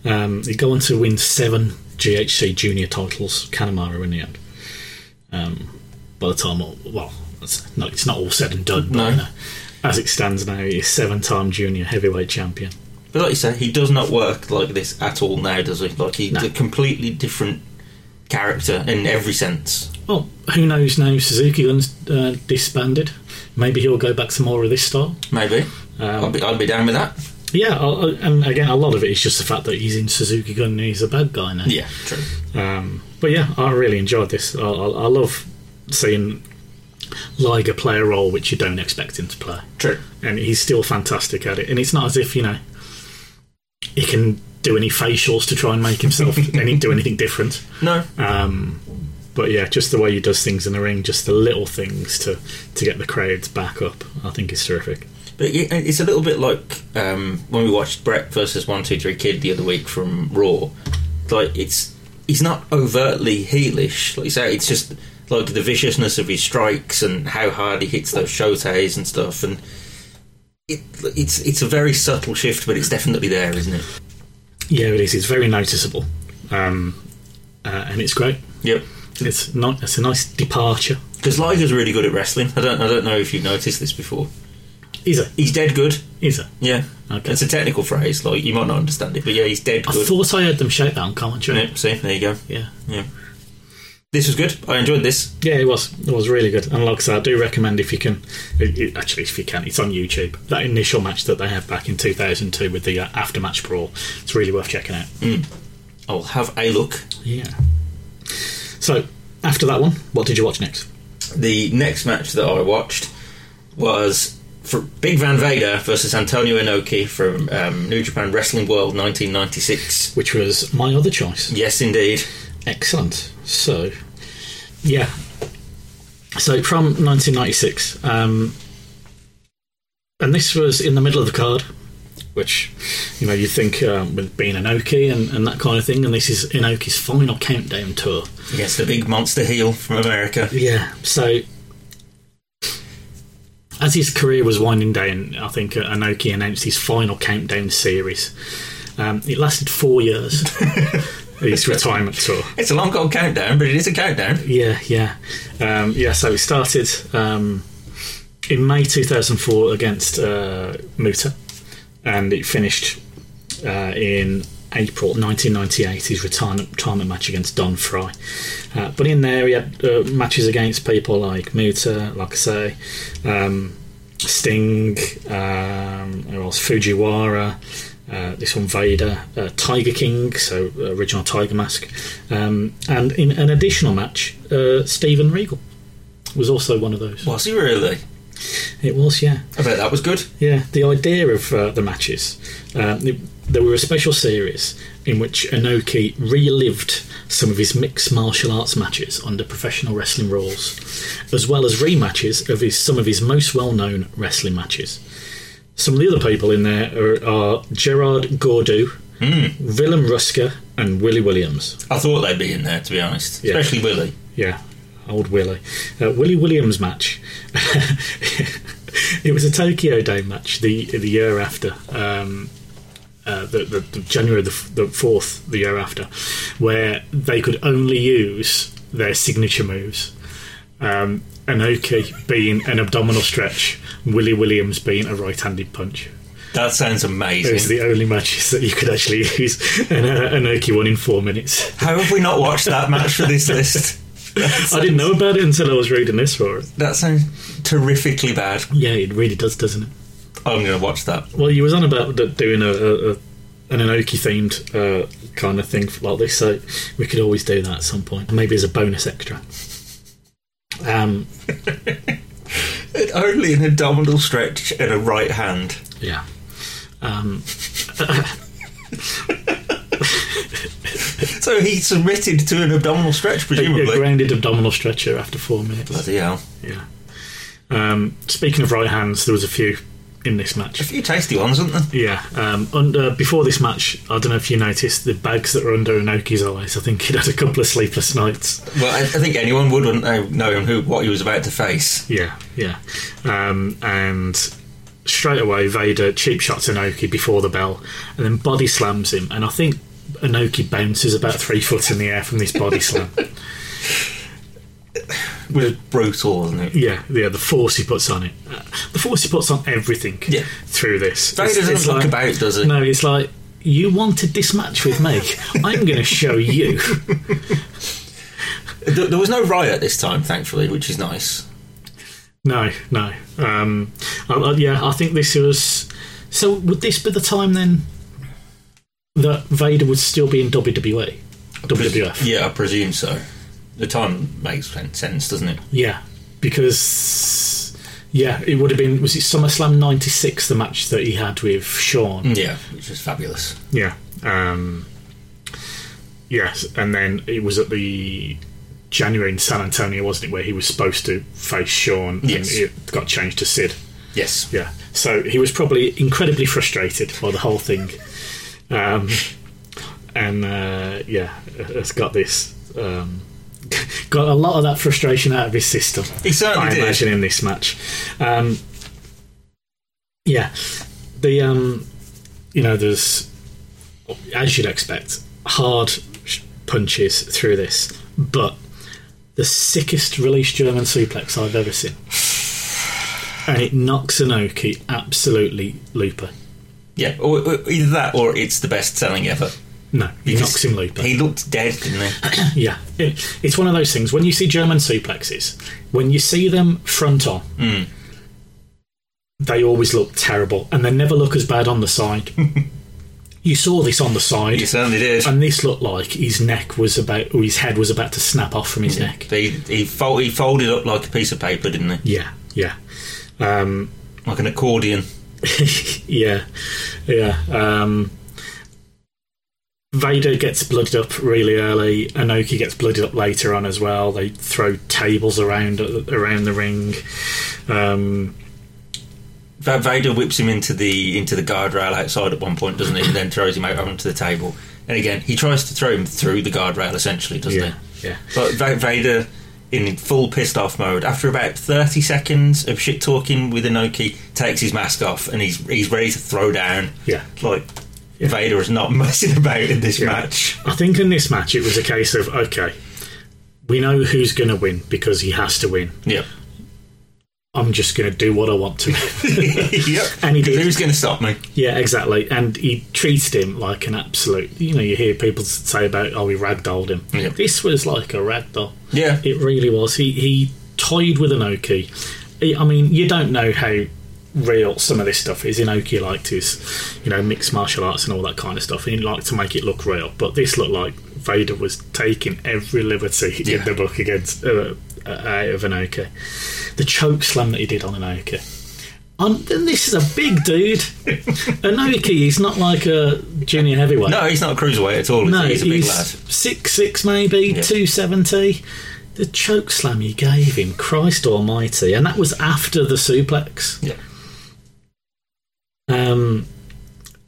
Speaker 2: Um, he go on to win seven GHC Junior titles, Kanemaru in the end. Um, by the time, all, well, it's not, it's not all said and done. But,
Speaker 1: No.
Speaker 2: you know, as it stands now, he's seven-time Junior heavyweight champion.
Speaker 1: But like you say, he does not work like this at all now, does he? Like, he's
Speaker 2: No.
Speaker 1: a completely different character in every sense.
Speaker 2: Well, who knows now? Suzuki Gun's uh, disbanded. Maybe he'll go back to more of this style.
Speaker 1: Maybe. I'd, be, I'd be down with that.
Speaker 2: Yeah, I, I, and again, a lot of it is just the fact that he's in Suzuki Gun and he's a bad guy now.
Speaker 1: Yeah, true.
Speaker 2: Um, but yeah, I really enjoyed this. I, I, I love seeing Liger play a role which you don't expect him to play,
Speaker 1: True.
Speaker 2: and he's still fantastic at it. And it's not as if you know he can do any facials to try and make himself any do anything different.
Speaker 1: No,
Speaker 2: Um, but yeah, just the way he does things in the ring, just the little things to to get the crowds back up, I think is terrific.
Speaker 1: But it- it's a little bit like um, when we watched Brett versus One Two Three Kid the other week from Raw. Like it's he's not overtly heelish, like you say. It's just like the viciousness of his strikes and how hard he hits those shotes and stuff. And it, it's it's a very subtle shift, but it's definitely there, isn't it?
Speaker 2: Yeah, it is. It's very noticeable, um, uh, and it's great.
Speaker 1: Yep.
Speaker 2: It's not. It's a nice departure.
Speaker 1: Because Liger's really good at wrestling. I don't I don't know if you've noticed this before.
Speaker 2: Is it?
Speaker 1: He's dead good.
Speaker 2: Is it?
Speaker 1: Yeah.
Speaker 2: Okay.
Speaker 1: It's a technical phrase. Like you might not understand it, but yeah, he's dead
Speaker 2: I
Speaker 1: good.
Speaker 2: thought I heard them shout that on commentary.
Speaker 1: Yeah, see, there you go.
Speaker 2: Yeah.
Speaker 1: Yeah. This was good. I enjoyed this.
Speaker 2: Yeah, it was. It was really good. And like I said, I do recommend if you can, it, it- actually, if you can, it's on YouTube. That initial match that they have back in 2002 with the uh, after match brawl, it's really worth checking out.
Speaker 1: I'll have a look.
Speaker 2: Yeah. So, after that one, what did you watch next?
Speaker 1: The next match that I watched was for Big Van Vader versus Antonio Inoki from um, New Japan Wrestling World 1996.
Speaker 2: Which was my other choice.
Speaker 1: Yes, indeed.
Speaker 2: Excellent. So, yeah, So from 1996, um, and this was in the middle of the card, which you know you think um, with being Inoki and, and that kind of thing, and this is Inoki's final countdown tour.
Speaker 1: Yes, the big monster heel from America.
Speaker 2: Yeah. So as his career was winding down, I think uh, Inoki announced his final countdown series. Um, it lasted four years. his retirement tour.
Speaker 1: It's a long old countdown, but it is a countdown.
Speaker 2: Yeah, yeah, um, yeah. So it started um, in May 2004 against uh, Muta, and it finished uh, in April 1998. His retirement, retirement match against Don Fry, uh, but in there he had uh, matches against people like Muta, like I say, um, Sting, um, who else? Fujiwara. Uh, this one Vader, uh, Tiger King, so uh, original Tiger Mask, um, and in an additional match, uh, Steven Regal was also one of those.
Speaker 1: Was he really?
Speaker 2: It was, yeah,
Speaker 1: I bet that was good.
Speaker 2: yeah. The idea of uh, the matches, uh, it- there were a special series in which Inoki relived some of his mixed martial arts matches under professional wrestling rules, as well as rematches of his some of his most well-known wrestling matches. Some of the other people in there are, are Gerard Gordu, Willem Rusker, and Willie Williams.
Speaker 1: I thought they'd be in there, to be honest.
Speaker 2: Yeah.
Speaker 1: Especially Willie.
Speaker 2: Yeah, old Willie. Uh, Willie Williams match. it was a Tokyo Dome match the the year after. Um, uh, the, the, the January the, f- the fourth, the year after, where they could only use their signature moves. Um, Anoki being an abdominal stretch, Willie Williams being a right-handed punch.
Speaker 1: That sounds
Speaker 2: It was
Speaker 1: amazing.
Speaker 2: the only matches that you could actually use, and uh, Anoki won in four minutes.
Speaker 1: How have we not watched that match for this list?
Speaker 2: I didn't know about it until I was reading this for it.
Speaker 1: That sounds terrifically bad.
Speaker 2: Yeah, it really does, doesn't it?
Speaker 1: I'm going to watch that.
Speaker 2: Well, you was on about d- doing a, a, a an Inoki themed uh, kind of thing like this, so we could always do that at some point, maybe as a bonus extra. Um,
Speaker 1: Only an abdominal stretch and a right hand.
Speaker 2: yeah. Um,
Speaker 1: So he submitted to an abdominal stretch,
Speaker 2: a
Speaker 1: presumably.
Speaker 2: grounded abdominal stretcher after four minutes.
Speaker 1: Bloody hell.
Speaker 2: Yeah. Um, speaking of right hands, there was a few in this
Speaker 1: A
Speaker 2: match.
Speaker 1: few tasty ones, aren't there?
Speaker 2: Yeah. Um, under before this match, I don't know if you noticed the bags that were under Inoki's eyes. I think he'd had a couple of sleepless nights.
Speaker 1: Well, I, I think anyone would, wouldn't they, knowing who, what he was about to face.
Speaker 2: Yeah, yeah. Um, and straight away, Vader cheap shots Inoki before the bell and then body slams him. And I think Inoki bounces about three foot in the air from this body slam.
Speaker 1: was brutal, wasn't it?
Speaker 2: Yeah, yeah, the force he puts on it. Uh, the force he puts on everything
Speaker 1: Yeah.
Speaker 2: through this.
Speaker 1: Vader doesn't look about, does he?
Speaker 2: No, it's like, you wanted this match with me. I'm going to show you.
Speaker 1: There, there was no riot this time, thankfully, which is nice.
Speaker 2: No, no. Um, I, I- yeah, I think this was. So would this be the time then that Vader would still be in E? WWE, WWF?
Speaker 1: Yeah, I presume so. The time makes sen- sense, doesn't it?
Speaker 2: Yeah, because yeah, it would have been. Was it SummerSlam '96 the match that he had with Shawn?
Speaker 1: Yeah, which is fabulous.
Speaker 2: Yeah. Um, yes, and then it was at the January in San Antonio, wasn't it, where he was supposed to face Shawn,
Speaker 1: Yes.
Speaker 2: and it got changed to Sid.
Speaker 1: Yes.
Speaker 2: Yeah. So he was probably incredibly frustrated by the whole thing. Um, and uh, yeah, has got this. Um, got a lot of that frustration out of his system.
Speaker 1: He certainly
Speaker 2: I
Speaker 1: did.
Speaker 2: imagine in this match. Um, yeah, the um, you know there's as you'd expect hard sh- punches through this, but the sickest release German suplex I've ever seen, and it knocks Anoki absolutely looper.
Speaker 1: Yeah, or, or either that or it's the best selling ever.
Speaker 2: No, he
Speaker 1: Because
Speaker 2: knocks him looper.
Speaker 1: He looked dead, didn't he?
Speaker 2: Yeah, it, it's one of those things. When you see German suplexes, when you see them front on, they always look terrible, and they never look as bad on the side. you saw this on the side,
Speaker 1: He certainly did.
Speaker 2: and this looked like his neck was about, or his head was about to snap off from his neck.
Speaker 1: He, he, fold, he folded up like a piece of paper, didn't he?
Speaker 2: Yeah, yeah, um,
Speaker 1: Like an accordion.
Speaker 2: yeah, yeah. Um, Vader gets blooded up really early. Anoki gets blooded up later on as well. They throw tables around around the ring. Um,
Speaker 1: Va- Vader whips him into the into the guardrail outside at one point, doesn't he? And then throws him out onto the table. And again, he tries to throw him through the guardrail, essentially, doesn't
Speaker 2: yeah,
Speaker 1: he?
Speaker 2: yeah.
Speaker 1: But Va- Vader, in full pissed off mode, after about thirty seconds of shit talking with Inoki, takes his mask off and he's he's ready to throw down.
Speaker 2: Yeah.
Speaker 1: like Vader is not messing about in this
Speaker 2: Yeah.
Speaker 1: match.
Speaker 2: I think in this match it was a case of okay, we know who's going to win because he has to win.
Speaker 1: Yep.
Speaker 2: I'm just going to do what I want to.
Speaker 1: yep.
Speaker 2: And he did.
Speaker 1: Who's going to stop me?
Speaker 2: yeah, exactly. And he treated him like an absolute. You know, you hear people say about oh, we ragdolled him.
Speaker 1: Yeah.
Speaker 2: This was like a ragdoll.
Speaker 1: Yeah.
Speaker 2: It really was. He he toyed with Inoki. He, I mean, you don't know how real some of this stuff is. Inoki liked his, you know, mixed martial arts and all that kind of stuff, and he liked to make it look real. But this looked like Vader was taking every liberty
Speaker 1: Yeah.
Speaker 2: in the book against uh, out of Inoki. The choke slam that he did on Inoki. Um, and this is a big dude. Inoki is not like a junior heavyweight.
Speaker 1: No, he's not a cruiserweight at all. is
Speaker 2: No,
Speaker 1: he?
Speaker 2: he's,
Speaker 1: he's a big lad.
Speaker 2: six six maybe
Speaker 1: Yeah.
Speaker 2: two seventy. The choke slam he gave him, Christ Almighty, and that was after the suplex.
Speaker 1: Yeah.
Speaker 2: Um,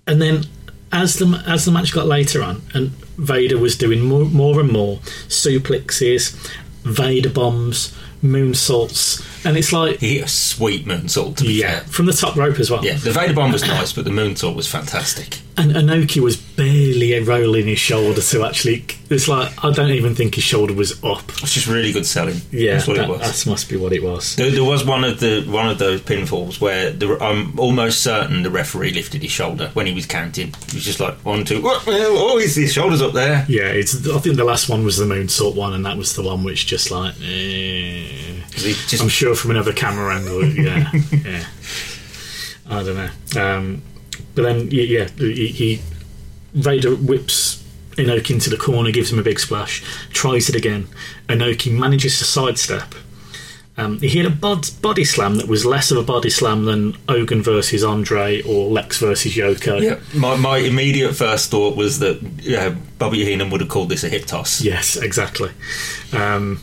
Speaker 2: and then as the as the match got later on, and Vader was doing more, more and more suplexes, Vader bombs, moonsaults, and it's like
Speaker 1: He hit a sweet moonsault. To be
Speaker 2: yeah,
Speaker 1: fair.
Speaker 2: from the top rope as well.
Speaker 1: Yeah, the Vader bomb was nice, but the moonsault was fantastic.
Speaker 2: And Anoki was barely rolling his shoulder to actually. It's like I don't even think his shoulder was up.
Speaker 1: It's just really good selling.
Speaker 2: Yeah,
Speaker 1: that's what
Speaker 2: that,
Speaker 1: it was.
Speaker 2: that must be what it was.
Speaker 1: There, there was one of the one of those pinfalls where the, I'm almost certain the referee lifted his shoulder when he was counting. He was just like one, two, oh, oh his, his shoulders up there.
Speaker 2: Yeah, it's. I think the last one was the moonsault one, and that was the one which just like. eh.
Speaker 1: 'Cause he just-
Speaker 2: I'm sure from another camera angle. Yeah, yeah. I don't know. Um, but then, y- yeah, he, he Vader whips Inoki into the corner, gives him a big splash, tries it again. Inoki manages to sidestep. Um, he hit a bod- body slam that was less of a body slam than Ogan versus Andre or Lex versus Yoko.
Speaker 1: yeah, my, my immediate first thought was that yeah, Bobby Heenan would have called this a hip toss.
Speaker 2: Yes, exactly. Um,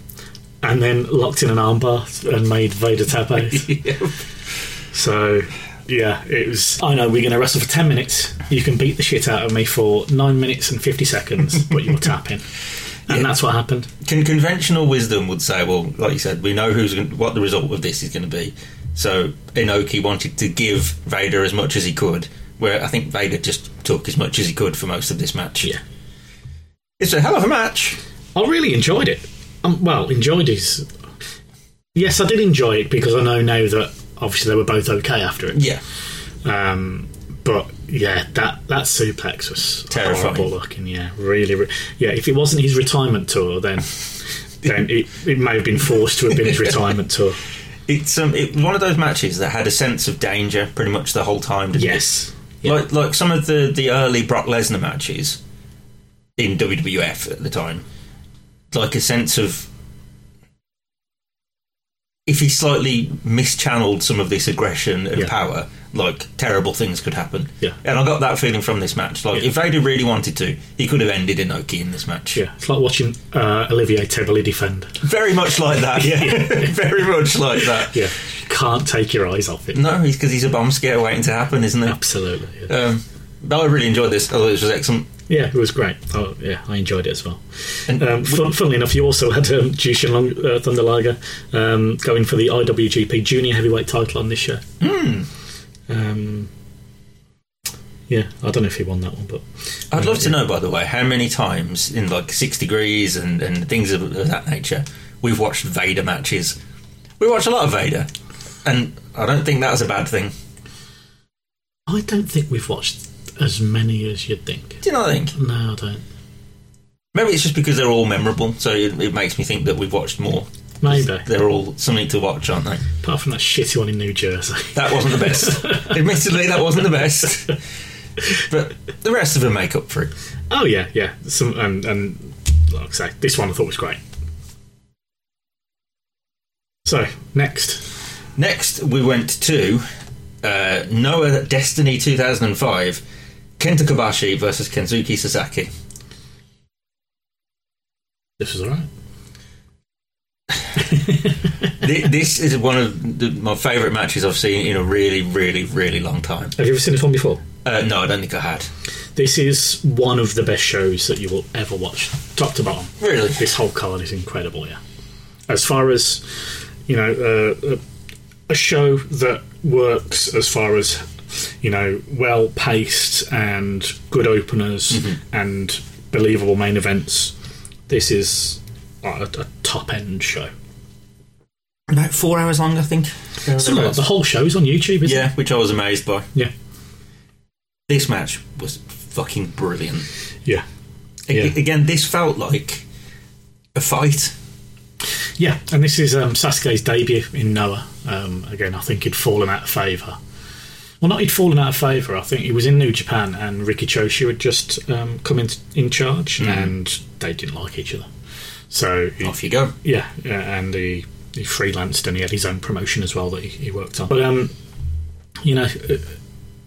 Speaker 2: and then locked in an armbar and made Vader tap out. So, yeah, it was. I know we're going to wrestle for 10 minutes. You can beat the shit out of me for 9 minutes and 50 seconds, but you're tapping. And that's what happened.
Speaker 1: Con- conventional wisdom would say, well, like you said, we know who's gonna, what the result of this is going to be. So Inoki wanted to give Vader as much as he could, where I think Vader just took as much as he could for most of this match.
Speaker 2: Yeah.
Speaker 1: It's a hell of a match.
Speaker 2: I really enjoyed it. Um, well, enjoyed is. Yes, I did enjoy it because I know now that obviously they were both okay after it.
Speaker 1: Yeah.
Speaker 2: Um, but yeah, that that suplex was
Speaker 1: Terrifying.
Speaker 2: horrible looking. Yeah, really. Re- yeah, if it wasn't his retirement tour, then then it, it may have been forced to have been his retirement tour.
Speaker 1: It's um, it was one of those matches that had a sense of danger pretty much the whole time. Didn't
Speaker 2: Yes.
Speaker 1: it? like like some of the the early Brock Lesnar matches in WWF at the time, like a sense of if he slightly mischanneled some of this aggression and
Speaker 2: Yeah.
Speaker 1: power, like terrible things could happen.
Speaker 2: Yeah.
Speaker 1: and I got that feeling from this match. Like
Speaker 2: Yeah.
Speaker 1: if Vader really wanted to, he could have ended Inoki in this match.
Speaker 2: Yeah, it's like watching uh, Olivier Tebbley defend.
Speaker 1: Very much like that. yeah, very much like that.
Speaker 2: Yeah, can't take your eyes off it.
Speaker 1: No, he's because he's a bomb scare waiting to happen, isn't it?
Speaker 2: Absolutely. Yeah.
Speaker 1: Um, but I really enjoyed this. I thought this was excellent.
Speaker 2: Yeah, it was great. Oh, yeah, I enjoyed it as well.
Speaker 1: And
Speaker 2: Um, fun, funnily enough, you also had um, Jushin Long, uh, Thunder Liger um, going for the IWGP Junior Heavyweight title on this show. Hmm. Um, yeah, I don't know if he won that one, but
Speaker 1: I'd love to know, by the way, how many times in like Six Degrees and, and things of, of that nature we've watched Vader matches. We watch a lot of Vader, and I don't think that's a bad thing.
Speaker 2: I don't think we've watched as many as you'd think.
Speaker 1: Do you not think?
Speaker 2: No, I don't.
Speaker 1: Maybe it's just because they're all memorable, so it, it makes me think that we've watched more.
Speaker 2: Maybe.
Speaker 1: They're all something to watch, aren't they?
Speaker 2: Apart from that shitty one in New Jersey.
Speaker 1: That wasn't the best. Admittedly, that wasn't the best. But the rest of them make up for it.
Speaker 2: Oh yeah, yeah. Some and and like I say, this one I thought was great. So next,
Speaker 1: Next, we went to uh, Noah Destiny 2005, Kenta Kobashi versus Kenzuki Sasaki.
Speaker 2: This is all right.
Speaker 1: Thi- this is one of the, my favourite matches I've seen in a really, really, really long time.
Speaker 2: Have you ever seen this one before?
Speaker 1: Uh, no, I don't think I had.
Speaker 2: This is one of the best shows that you will ever watch, top to bottom.
Speaker 1: Really?
Speaker 2: This whole card is incredible, yeah. As far as, you know, uh, a, a show that works as far as, you know, well paced and good openers and believable main events, this is a, a top end show.
Speaker 1: About four hours long, I think.
Speaker 2: Similar, the whole show is on YouTube, isn't
Speaker 1: Yeah, which I was amazed by.
Speaker 2: it?
Speaker 1: This match was fucking brilliant.
Speaker 2: Yeah. Yeah.
Speaker 1: A-
Speaker 2: Yeah.
Speaker 1: Again, this felt like a fight.
Speaker 2: Yeah, and this is um, Sasuke's debut in Noah. Um, again, I think he'd fallen out of favour. Well, not he'd fallen out of favour. I think he was in New Japan, and Ricky Choshi had just um, come in, in charge, and they didn't like each other. So he-
Speaker 1: Off you go.
Speaker 2: yeah, yeah, and he, he freelanced and he had his own promotion as well that he, he worked on. But um, you know, uh,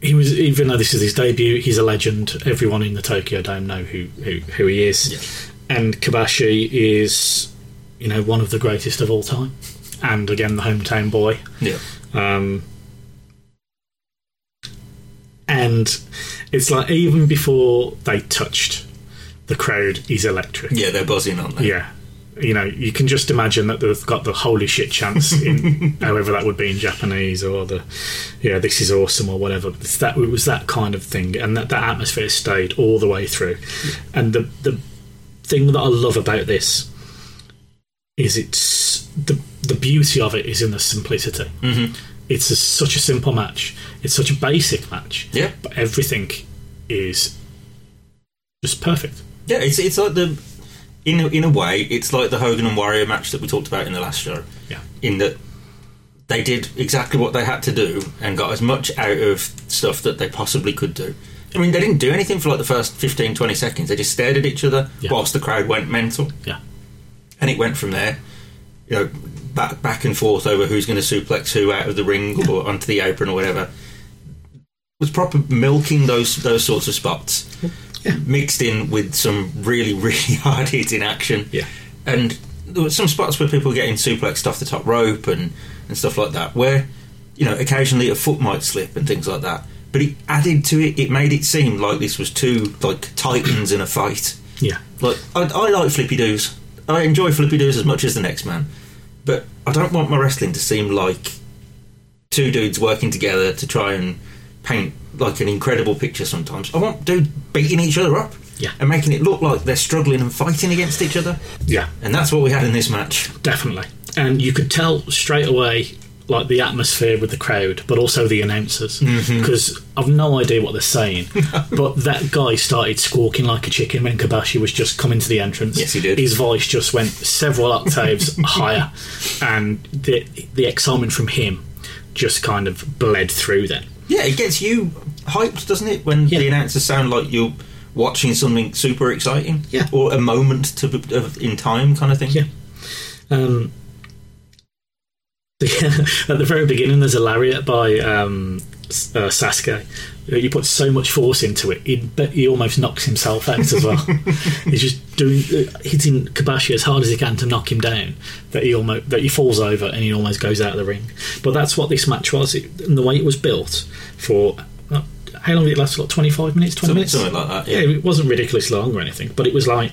Speaker 2: he was even though this is his debut, he's a legend. Everyone in the Tokyo Dome know who who, who he is, and Kabashi is you know one of the greatest of all time, and again the hometown boy.
Speaker 1: Yeah.
Speaker 2: Um, and it's like even before they touched, the crowd is electric.
Speaker 1: Yeah, they're buzzing, aren't they?
Speaker 2: Yeah. You know, you can just imagine that they've got the holy shit chance in however that would be in Japanese or the yeah, this is awesome or whatever. It's that it was that kind of thing and that, that atmosphere stayed all the way through. And the the thing that I love about this is it's the the beauty of it is in the simplicity. Mm-hmm. It's a, such a simple match. It's such a basic match.
Speaker 1: Yeah.
Speaker 2: But everything is just perfect.
Speaker 1: Yeah, it's it's like the in a, in a way, it's like the Hogan and Warrior match that we talked about in the last show.
Speaker 2: Yeah.
Speaker 1: In that they did exactly what they had to do and got as much out of stuff that they possibly could do. I mean, they didn't do anything for like the first 15, 20 seconds. They just stared at each other
Speaker 2: Yeah.
Speaker 1: whilst the crowd went mental,
Speaker 2: Yeah.
Speaker 1: and it went from there. You know, back back and forth over who's going to suplex who out of the ring or onto the apron or whatever. It was proper milking those those sorts of spots mixed in with some really, really hard hitting action.
Speaker 2: Yeah.
Speaker 1: And there were some spots where people were getting suplexed off the top rope and, and stuff like that, where, you know, occasionally a foot might slip and things like that. But it added to it, it made it seem like this was two, like, titans in a fight.
Speaker 2: Yeah.
Speaker 1: Like, I, I like flippy doos. I enjoy flippy doos as much as the next man. But I don't want my wrestling to seem like two dudes working together to try and paint like an incredible picture sometimes. I want dudes beating each other up
Speaker 2: Yeah.
Speaker 1: and making it look like they're struggling and fighting against each other.
Speaker 2: Yeah.
Speaker 1: And that's what we had in this match.
Speaker 2: definitely. And you could tell straight away, like the atmosphere with the crowd, but also the announcers,
Speaker 1: Mm-hmm.
Speaker 2: because I've no idea what they're saying. but that guy started squawking like a chicken when Kabashi was just coming to the entrance.
Speaker 1: Yes, he did.
Speaker 2: His voice just went several octaves higher, and the the excitement from him just kind of bled through. Then,
Speaker 1: Yeah, it gets you hyped, doesn't it, when
Speaker 2: Yeah.
Speaker 1: the announcers sound like you're watching something super exciting?
Speaker 2: Yeah.
Speaker 1: Or a moment to, of, in time kind of thing?
Speaker 2: Yeah. um, at the very beginning, there's a lariat by um, S- uh, Sasuke. You put so much force into it, he, but he almost knocks himself out as well. He's just doing uh, hitting Kabashi as hard as he can to knock him down. That he almost that he falls over and he almost goes out of the ring. But that's what this match was, it, and the way it was built for. uh, How long did it last? Like twenty five minutes, twenty
Speaker 1: Something,
Speaker 2: minutes,
Speaker 1: something like that.
Speaker 2: yeah,
Speaker 1: Yeah.
Speaker 2: it wasn't ridiculously long or anything, but it was like,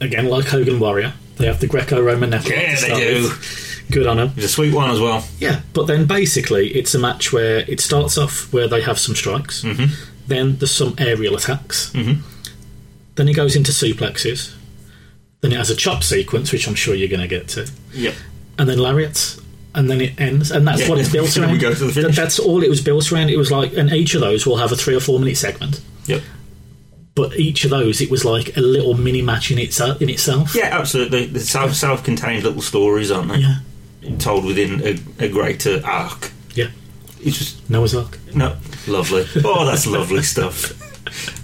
Speaker 2: again, like Hogan Warrior, they have the Greco-Roman network.
Speaker 1: Yeah,
Speaker 2: to
Speaker 1: they
Speaker 2: start
Speaker 1: do.
Speaker 2: with. Good on them.
Speaker 1: It's a sweet one as well.
Speaker 2: Yeah, but then basically it's a match where it starts off where they have some strikes,
Speaker 1: Mm-hmm.
Speaker 2: then there's some aerial attacks, then it goes into suplexes, then it has a chop sequence, which I'm sure you're going to get to,
Speaker 1: Yep.
Speaker 2: and then lariats. And then it ends, and that's
Speaker 1: Yeah,
Speaker 2: what it's built
Speaker 1: and
Speaker 2: around.
Speaker 1: then we go to the
Speaker 2: Th-
Speaker 1: finish.
Speaker 2: That's all it was built around. It was like, and each of those will have a three or four minute segment
Speaker 1: Yep.
Speaker 2: but each of those it was like a little mini match in itself in itself
Speaker 1: Yeah, absolutely. The self self contained little stories, aren't they?
Speaker 2: yeah
Speaker 1: Told within a, a greater arc.
Speaker 2: yeah
Speaker 1: It's just
Speaker 2: Noah's Ark
Speaker 1: no lovely. Oh, that's lovely stuff.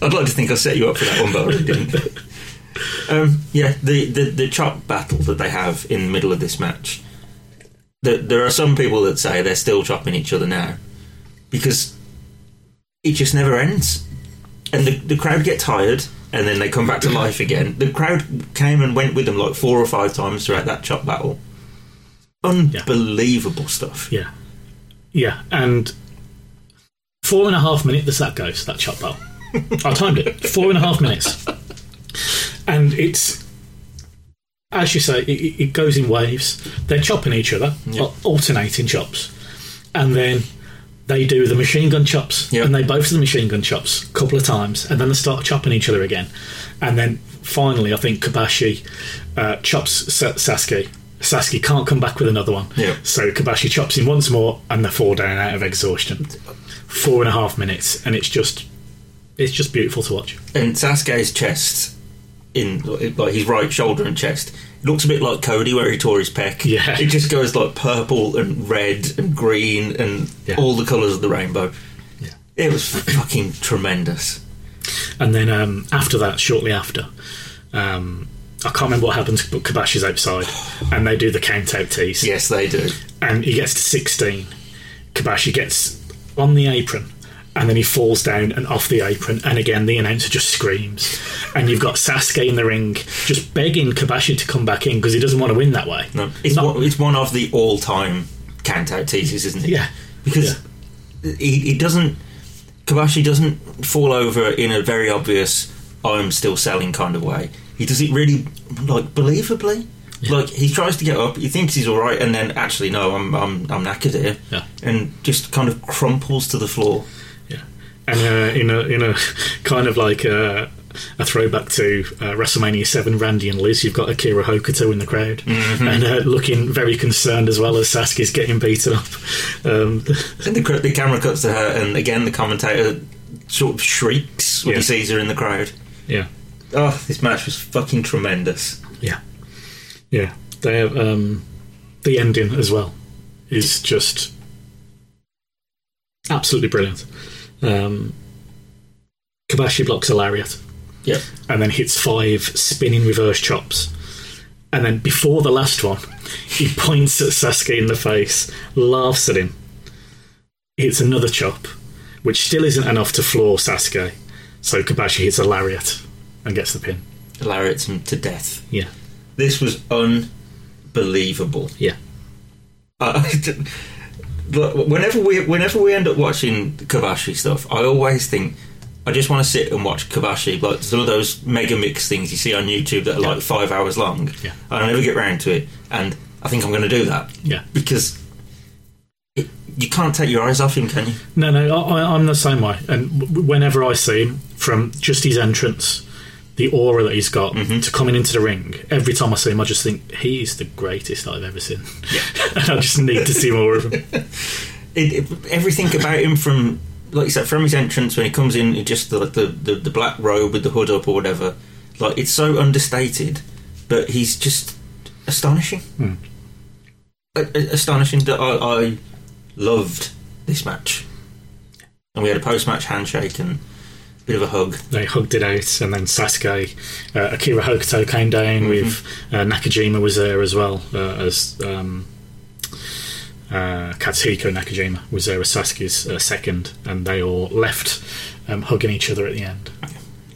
Speaker 1: I'd like to think I set you up for that one, but I really didn't. Um, yeah, the, the the chop battle that they have in the middle of this match. There, there are some people that say they're still chopping each other now because it just never ends, and the the crowd get tired and then they come back to life again. The crowd came and went with them like four or five times throughout that chop battle. Unbelievable stuff.
Speaker 2: Yeah. Yeah. And four and a half minutes that goes, that chop bell. I timed it. Four and a half minutes. And it's, as you say, it, it goes in waves. They're chopping each other, al- alternating chops. And then they do the machine gun chops.
Speaker 1: Yeah.
Speaker 2: And they both do the machine gun chops a couple of times. And then they start chopping each other again. And then finally, I think Kabashi uh, chops Sa- Sasuke. Sasuke can't come back with another one.
Speaker 1: Yeah.
Speaker 2: So Kabashi chops him once more, and they fall down out of exhaustion. Four and a half minutes, and it's just, it's just beautiful to watch.
Speaker 1: And Sasuke's chest, in like his right shoulder and chest, it looks a bit like Cody where he tore his pec.
Speaker 2: Yeah.
Speaker 1: it just goes like purple and red and green and
Speaker 2: Yeah.
Speaker 1: all the colours of the rainbow.
Speaker 2: Yeah.
Speaker 1: It was fucking tremendous.
Speaker 2: And then um, after that, shortly after, um, I can't remember what happens, but Kabashi's outside, and they do the count out tease,
Speaker 1: Yes, they do.
Speaker 2: and he gets to sixteen. Kabashi gets on the apron. And then he falls down and off the apron, and again the announcer just screams. And you've got Sasuke in the ring just begging Kabashi to come back in because he doesn't want to win that way.
Speaker 1: No, it's
Speaker 2: Not-
Speaker 1: one, it's one of the all-time count-out teases, isn't it?
Speaker 2: Yeah.
Speaker 1: because he, he doesn't. Kabashi doesn't fall over in a very obvious "I'm still selling" kind of way. He does it really like believably. Like he tries to get up, he thinks he's all right, and then actually no, I'm I'm I'm knackered here,
Speaker 2: Yeah.
Speaker 1: and just kind of crumples to the floor.
Speaker 2: Yeah, and uh, in a in a kind of like a, a throwback to uh, WrestleMania Seven, Randy and Liz, you've got Akira Hokuto in the crowd and uh, looking very concerned as well as Sasuke's getting beaten up. Um,
Speaker 1: And the cr- the camera cuts to her, and again the commentator sort of shrieks when
Speaker 2: Yeah.
Speaker 1: he sees her in the crowd.
Speaker 2: yeah,
Speaker 1: Oh, this match was fucking tremendous.
Speaker 2: yeah, yeah. They have um, the ending as well is just absolutely brilliant. Um, Kabashi blocks a lariat.
Speaker 1: Yep.
Speaker 2: and then hits five spinning reverse chops. And then before the last one, he points at Sasuke in the face, laughs at him, hits another chop, which still isn't enough to floor Sasuke. So Kabashi hits a lariat and gets the pin.
Speaker 1: Lariats him to death.
Speaker 2: Yeah.
Speaker 1: This was unbelievable.
Speaker 2: Yeah.
Speaker 1: Uh, look, whenever we whenever we end up watching Kabashi stuff, I always think I just want to sit and watch Kabashi, like some of those mega mix things you see on YouTube that are like five hours long.
Speaker 2: Yeah.
Speaker 1: And I never get round to it, and I think I'm going to do that
Speaker 2: Yeah.
Speaker 1: because it, you can't take your eyes off him, can you?
Speaker 2: No, no, I, I- I'm the same way. And w- whenever I see him, from just his entrance, the aura that he's got to coming into the ring, every time I see him, I just think he is the greatest I've ever seen. and I just need to see more of him.
Speaker 1: it, it, everything about him from like you said from his entrance when he comes in it just the, like, the, the the black robe with the hood up or whatever like it's so understated but he's just astonishing
Speaker 2: Hmm.
Speaker 1: A- a- astonishing that I, I loved this match and we had a post-match handshake and a bit of a hug
Speaker 2: they hugged it out, and then Sasuke, uh, Akira Hokuto came down with uh, Nakajima was there as well uh, as um, uh, Katsuhiko Nakajima was there as Sasuke's uh, second, and they all left um, hugging each other at the end.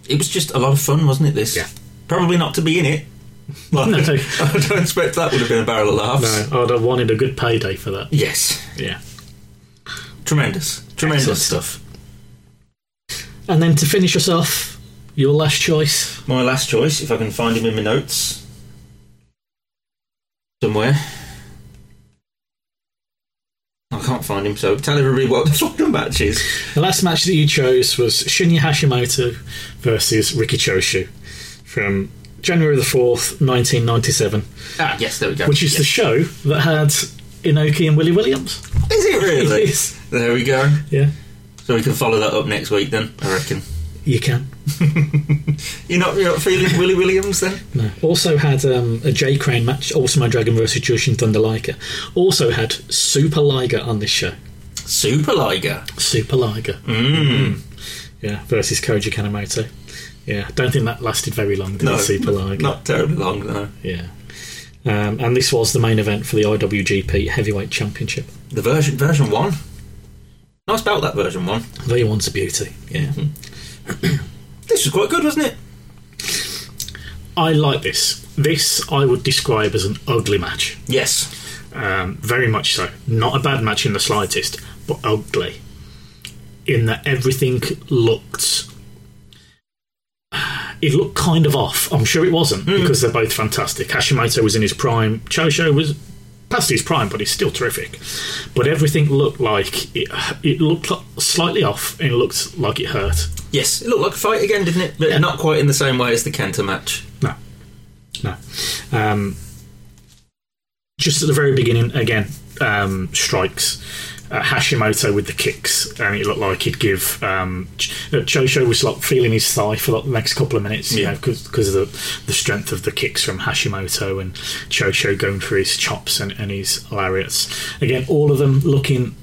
Speaker 1: it was just a lot of fun wasn't it this
Speaker 2: Yeah.
Speaker 1: probably not to be in it like,
Speaker 2: No.
Speaker 1: I don't expect that would have been a barrel of laughs
Speaker 2: No, I'd have wanted a good payday for that.
Speaker 1: yes
Speaker 2: Yeah.
Speaker 1: tremendous tremendous
Speaker 2: Excellent.
Speaker 1: stuff
Speaker 2: And then to finish us off, your last choice.
Speaker 1: My last choice, if I can find him in my notes somewhere. I can't find him, so tell everybody what the final match is.
Speaker 2: The last match that you chose was Shinya Hashimoto versus Rikichoshu from January the 4th, 1997.
Speaker 1: Ah, yes, there we go.
Speaker 2: which is the show that had Inoki and Willie Williams.
Speaker 1: the is it really?
Speaker 2: It is.
Speaker 1: There we go.
Speaker 2: Yeah,
Speaker 1: So we can follow that up next week then, I reckon.
Speaker 2: you can.
Speaker 1: You're not you're not feeling Willie Williams then?
Speaker 2: No. Also had um, a J Crane match, also my Dragon versus Jushin Thunder Liger. Also had Super Liger on this show.
Speaker 1: Super Liger.
Speaker 2: Super Liger. Mm. Yeah, versus Koji Kanemoto. Yeah, don't think that lasted very long, did
Speaker 1: No,
Speaker 2: it, Super Liger?
Speaker 1: Not terribly long though.
Speaker 2: Yeah. Um, and this was the main event for the IWGP Heavyweight Championship.
Speaker 1: The version version one. Nice belt that version one.
Speaker 2: V1's a beauty. Yeah.
Speaker 1: This was quite good, wasn't it?
Speaker 2: I like this. This I would describe as an ugly match.
Speaker 1: Yes.
Speaker 2: Um, very much so. Not a bad match in the slightest, but ugly. In that everything looked. It looked kind of off. I'm sure it wasn't because they're both fantastic. Hashimoto was in his prime. Chosho was past his prime, but he's still terrific. But everything looked like it, it looked slightly off and it looked like it hurt.
Speaker 1: Yes. It looked like a fight again, didn't it? But
Speaker 2: Yeah.
Speaker 1: not quite in the same way as the Kenta match.
Speaker 2: No, no. Um, just at the very beginning, again, um, strikes. Uh, Hashimoto with the kicks, and it looked like he'd give. Um, Ch- uh, Chosho was like feeling his thigh for like, the next couple of minutes, you
Speaker 1: Yeah.
Speaker 2: know, because of the, the strength of the kicks from Hashimoto and Chosho going for his chops and, and his lariats. Again, all of them looking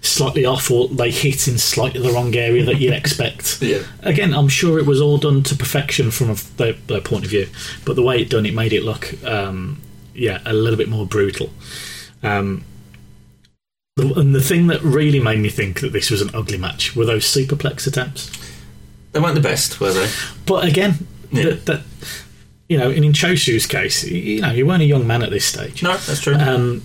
Speaker 2: slightly off, or they hit in slightly the wrong area that you'd expect.
Speaker 1: Yeah.
Speaker 2: Again, I'm sure it was all done to perfection from a, their, their point of view, but the way it done, it made it look, um, yeah, a little bit more brutal. Um, the, and the thing that really made me think that this was an ugly match were those superplex attempts.
Speaker 1: They weren't the best, were they?
Speaker 2: But again,
Speaker 1: Yeah.
Speaker 2: that, that you know, and in Choshu's case, y- you know, you weren't a young man at this stage.
Speaker 1: No, that's true.
Speaker 2: Um,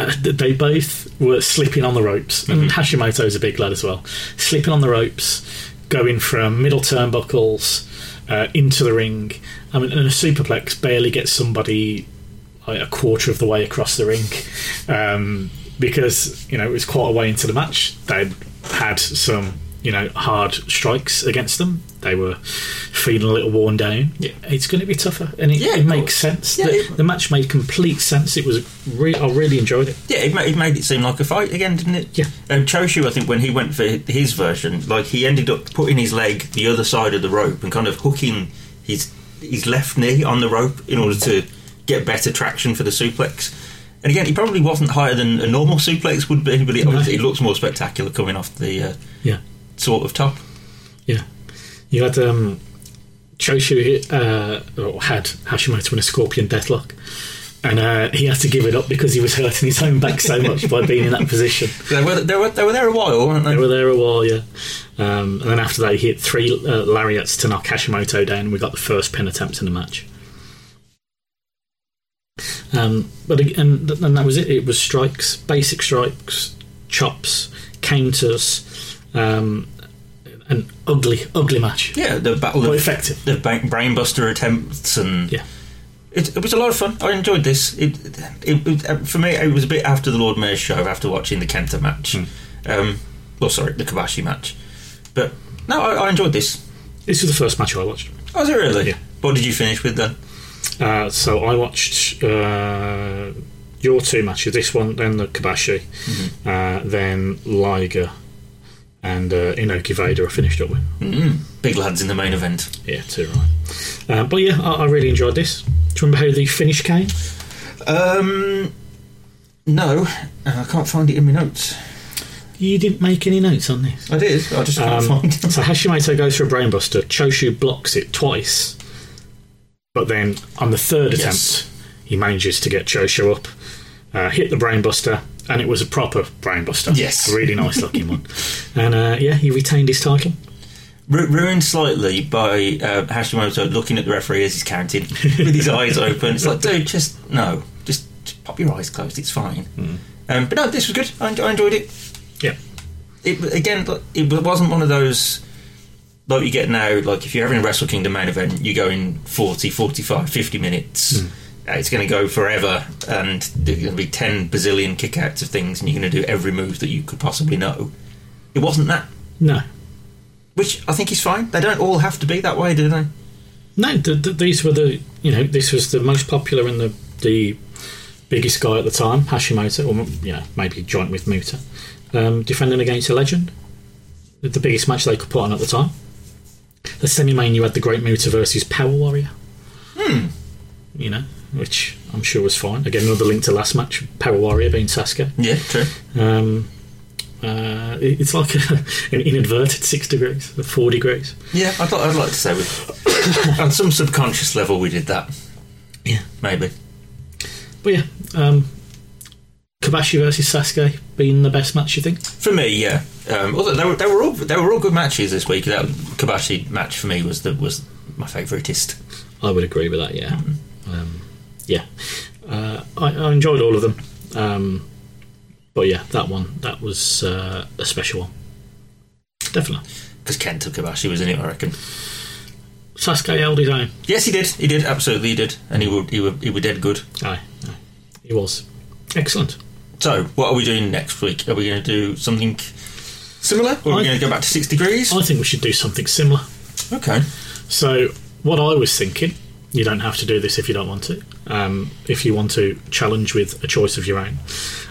Speaker 2: uh, they both were slipping on the ropes,
Speaker 1: Mm-hmm.
Speaker 2: and Hashimoto's a big lad as well. Slipping on the ropes, going from middle turnbuckles uh, into the ring. I mean, and a superplex barely gets somebody like a quarter of the way across the ring um, because you know it was quite a way into the match. They'd had some you know hard strikes against them. They were feeling a little worn down.
Speaker 1: Yeah.
Speaker 2: it's going to be tougher, and it,
Speaker 1: Yeah,
Speaker 2: it
Speaker 1: of
Speaker 2: makes
Speaker 1: course.
Speaker 2: sense.
Speaker 1: Yeah,
Speaker 2: the,
Speaker 1: it-
Speaker 2: the match made complete sense. It was re- I really enjoyed it.
Speaker 1: Yeah, it, ma- it made it seem like a fight again, didn't it?
Speaker 2: Yeah.
Speaker 1: Um, Choshu, I think, when he went for his version, like he ended up putting his leg the other side of the rope and kind of hooking his his left knee on the rope in order to get better traction for the suplex. And again, he probably wasn't higher than a normal suplex would be, but it,
Speaker 2: No.
Speaker 1: obviously it looks more spectacular coming off the uh,
Speaker 2: Yeah,
Speaker 1: sort of top.
Speaker 2: yeah. You had um, Choshu hit, uh, or had Hashimoto in a scorpion deathlock. And uh, he had to give it up because he was hurting his own back so much by being in that position.
Speaker 1: They were, they, were, they were there a while, weren't they?
Speaker 2: They were there a while, yeah. Um, and then after that, he hit three uh, lariats to knock Hashimoto down. and We got the first pin attempt in the match. Um, but ag- and, th- and that was it. It was strikes, basic strikes, chops, counters, um, an ugly, ugly match,
Speaker 1: yeah, the battle
Speaker 2: but
Speaker 1: of
Speaker 2: effective.
Speaker 1: the ba- brainbuster attempts and
Speaker 2: Yeah.
Speaker 1: it, it was a lot of fun. I enjoyed this. It, it, it- uh, for me it was a bit after the Lord Mayor's show after watching the Kenta match.
Speaker 2: Hmm.
Speaker 1: Um, well, sorry, the Kabashi match. But no, I, I enjoyed this.
Speaker 2: This was the first match I watched.
Speaker 1: Was it really?
Speaker 2: Yeah.
Speaker 1: What did you finish with then?
Speaker 2: Uh, so I watched uh, your two matches. This one, then the Kabashi, uh, then Liger, and uh, Inoki Vader. I finished up with.
Speaker 1: Big lads in the main event.
Speaker 2: Yeah, two right. Uh, but yeah, I, I really enjoyed this. Do you remember how the finish came?
Speaker 1: Um, no, uh, I can't find it in my notes.
Speaker 2: You didn't make any notes on this.
Speaker 1: I did. I just can't
Speaker 2: Um,
Speaker 1: find it.
Speaker 2: so Hashimoto goes for a brainbuster. Choshu blocks it twice, but then on the third
Speaker 1: Yes.
Speaker 2: attempt, he manages to get Choshu up, uh, hit the brainbuster, and it was a proper brainbuster.
Speaker 1: Yes.
Speaker 2: a really nice looking one. And uh, yeah, he retained his title.
Speaker 1: Ru- ruined slightly by uh, Hashimoto looking at the referee as he's counting with his eyes open. It's like, dude, just no, just, just pop your eyes closed. It's fine. Um, but no, this was good. I, en- I enjoyed it.
Speaker 2: Yeah,
Speaker 1: It was- again, like, it wa- wasn't one of those like you get now. Like if you're having a Wrestle Kingdom main event, you go in 40, 45, 50 minutes. Uh, it's going to go forever, and there's going to be ten bazillion kickouts of things, and you're going to do every move that you could possibly know. It wasn't that,
Speaker 2: no,
Speaker 1: which I think is fine. They don't all have to be that way, do they?
Speaker 2: No, th th these were the you know this was the most popular and the the biggest guy at the time, Hashimoto, or you know maybe joint with Muta, um, defending against a legend. The biggest match they could put on at the time. The semi-main you had the Great Muta versus Power Warrior. Hmm. You know, which I'm sure was fine. Again, another link to last match, Power Warrior being Sasuke.
Speaker 1: Yeah, true.
Speaker 2: Um, uh, it- it's like an inadverted six degrees, four degrees.
Speaker 1: Yeah, I'd, li- I'd like to say we, on some subconscious level we did that.
Speaker 2: Yeah.
Speaker 1: maybe.
Speaker 2: But yeah, um, Kabashi versus Sasuke being the best match, you think?
Speaker 1: For me, yeah. Um, although they were, they were all they were all good matches this week. That Kabashi match for me was the was my favouritist.
Speaker 2: I would agree with that. Yeah, um, yeah. Uh, I, I enjoyed all of them, um, but yeah, that one that was uh, a special one. Definitely,
Speaker 1: because Ken Takabashi was in it, I reckon.
Speaker 2: Sasuke held his own.
Speaker 1: Yes, he did. He did. Absolutely, he did. And he would. He would. He would dead good.
Speaker 2: Aye, aye. he was excellent.
Speaker 1: So, what are we doing next week? Are we going to do something similar, or are we
Speaker 2: I-
Speaker 1: going to go back to six degrees?
Speaker 2: I think we should do something similar.
Speaker 1: okay.
Speaker 2: So, what I was thinking, you don't have to do this if you don't want to. Um, if you want to challenge with a choice of your own,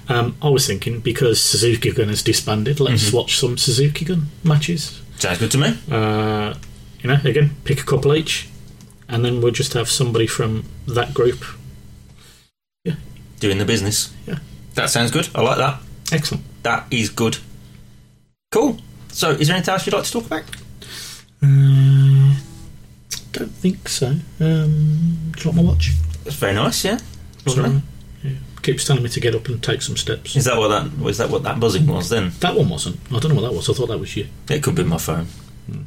Speaker 2: um, I was thinking because Suzuki Gun has disbanded, let's watch some Suzuki Gun matches.
Speaker 1: Sounds good to me.
Speaker 2: Uh, you know, again, pick a couple each, and then we'll just have somebody from that group.
Speaker 1: Doing the business.
Speaker 2: Yeah.
Speaker 1: That sounds good. I like that.
Speaker 2: Excellent.
Speaker 1: That is good. Cool. So, is there anything else you'd like to talk about?
Speaker 2: Uh, don't think so. Um, do you want my watch?
Speaker 1: That's very nice. Yeah. Wasn't it?
Speaker 2: Yeah. Keeps telling me to get up and take some steps.
Speaker 1: Is that what that was? That what that buzzing was? Then
Speaker 2: That one wasn't. I don't know what that was. I thought that was you.
Speaker 1: it could be my phone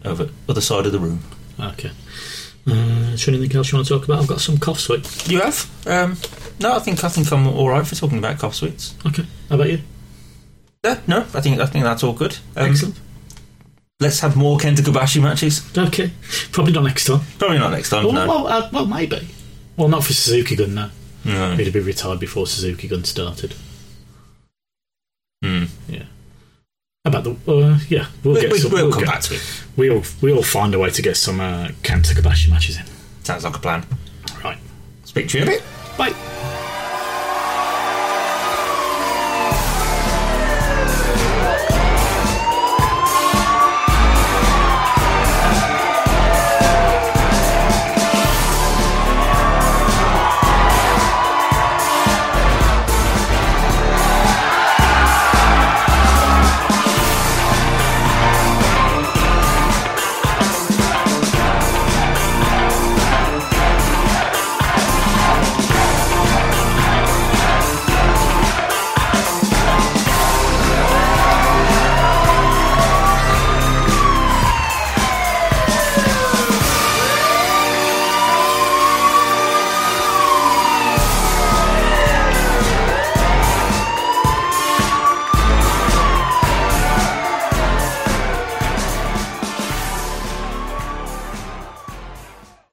Speaker 1: over other side of the room.
Speaker 2: Okay. Uh, is there anything else you want to talk about? I've got some cough sweets.
Speaker 1: You have? Um, no, I think I think I'm all right for talking about cough sweets.
Speaker 2: Okay. How about you?
Speaker 1: Yeah, no, I think I think that's all good. Um,
Speaker 2: Excellent.
Speaker 1: Let's have more Kenta Kobashi matches.
Speaker 2: Okay. Probably not next time.
Speaker 1: Probably not next time.
Speaker 2: Well,
Speaker 1: no.
Speaker 2: well, uh, well, maybe. Well, not for Suzuki Gun, no.
Speaker 1: No.
Speaker 2: He'd have been retired before Suzuki Gun started.
Speaker 1: Hmm.
Speaker 2: Yeah. How About the uh, yeah, we'll
Speaker 1: We,
Speaker 2: get
Speaker 1: we,
Speaker 2: some.
Speaker 1: we'll come
Speaker 2: get-
Speaker 1: back to it.
Speaker 2: We'll we'll find a way to get some uh, Kanta Kobashi matches in.
Speaker 1: Sounds like a plan.
Speaker 2: Right.
Speaker 1: Speak to you in a bit.
Speaker 2: Bye.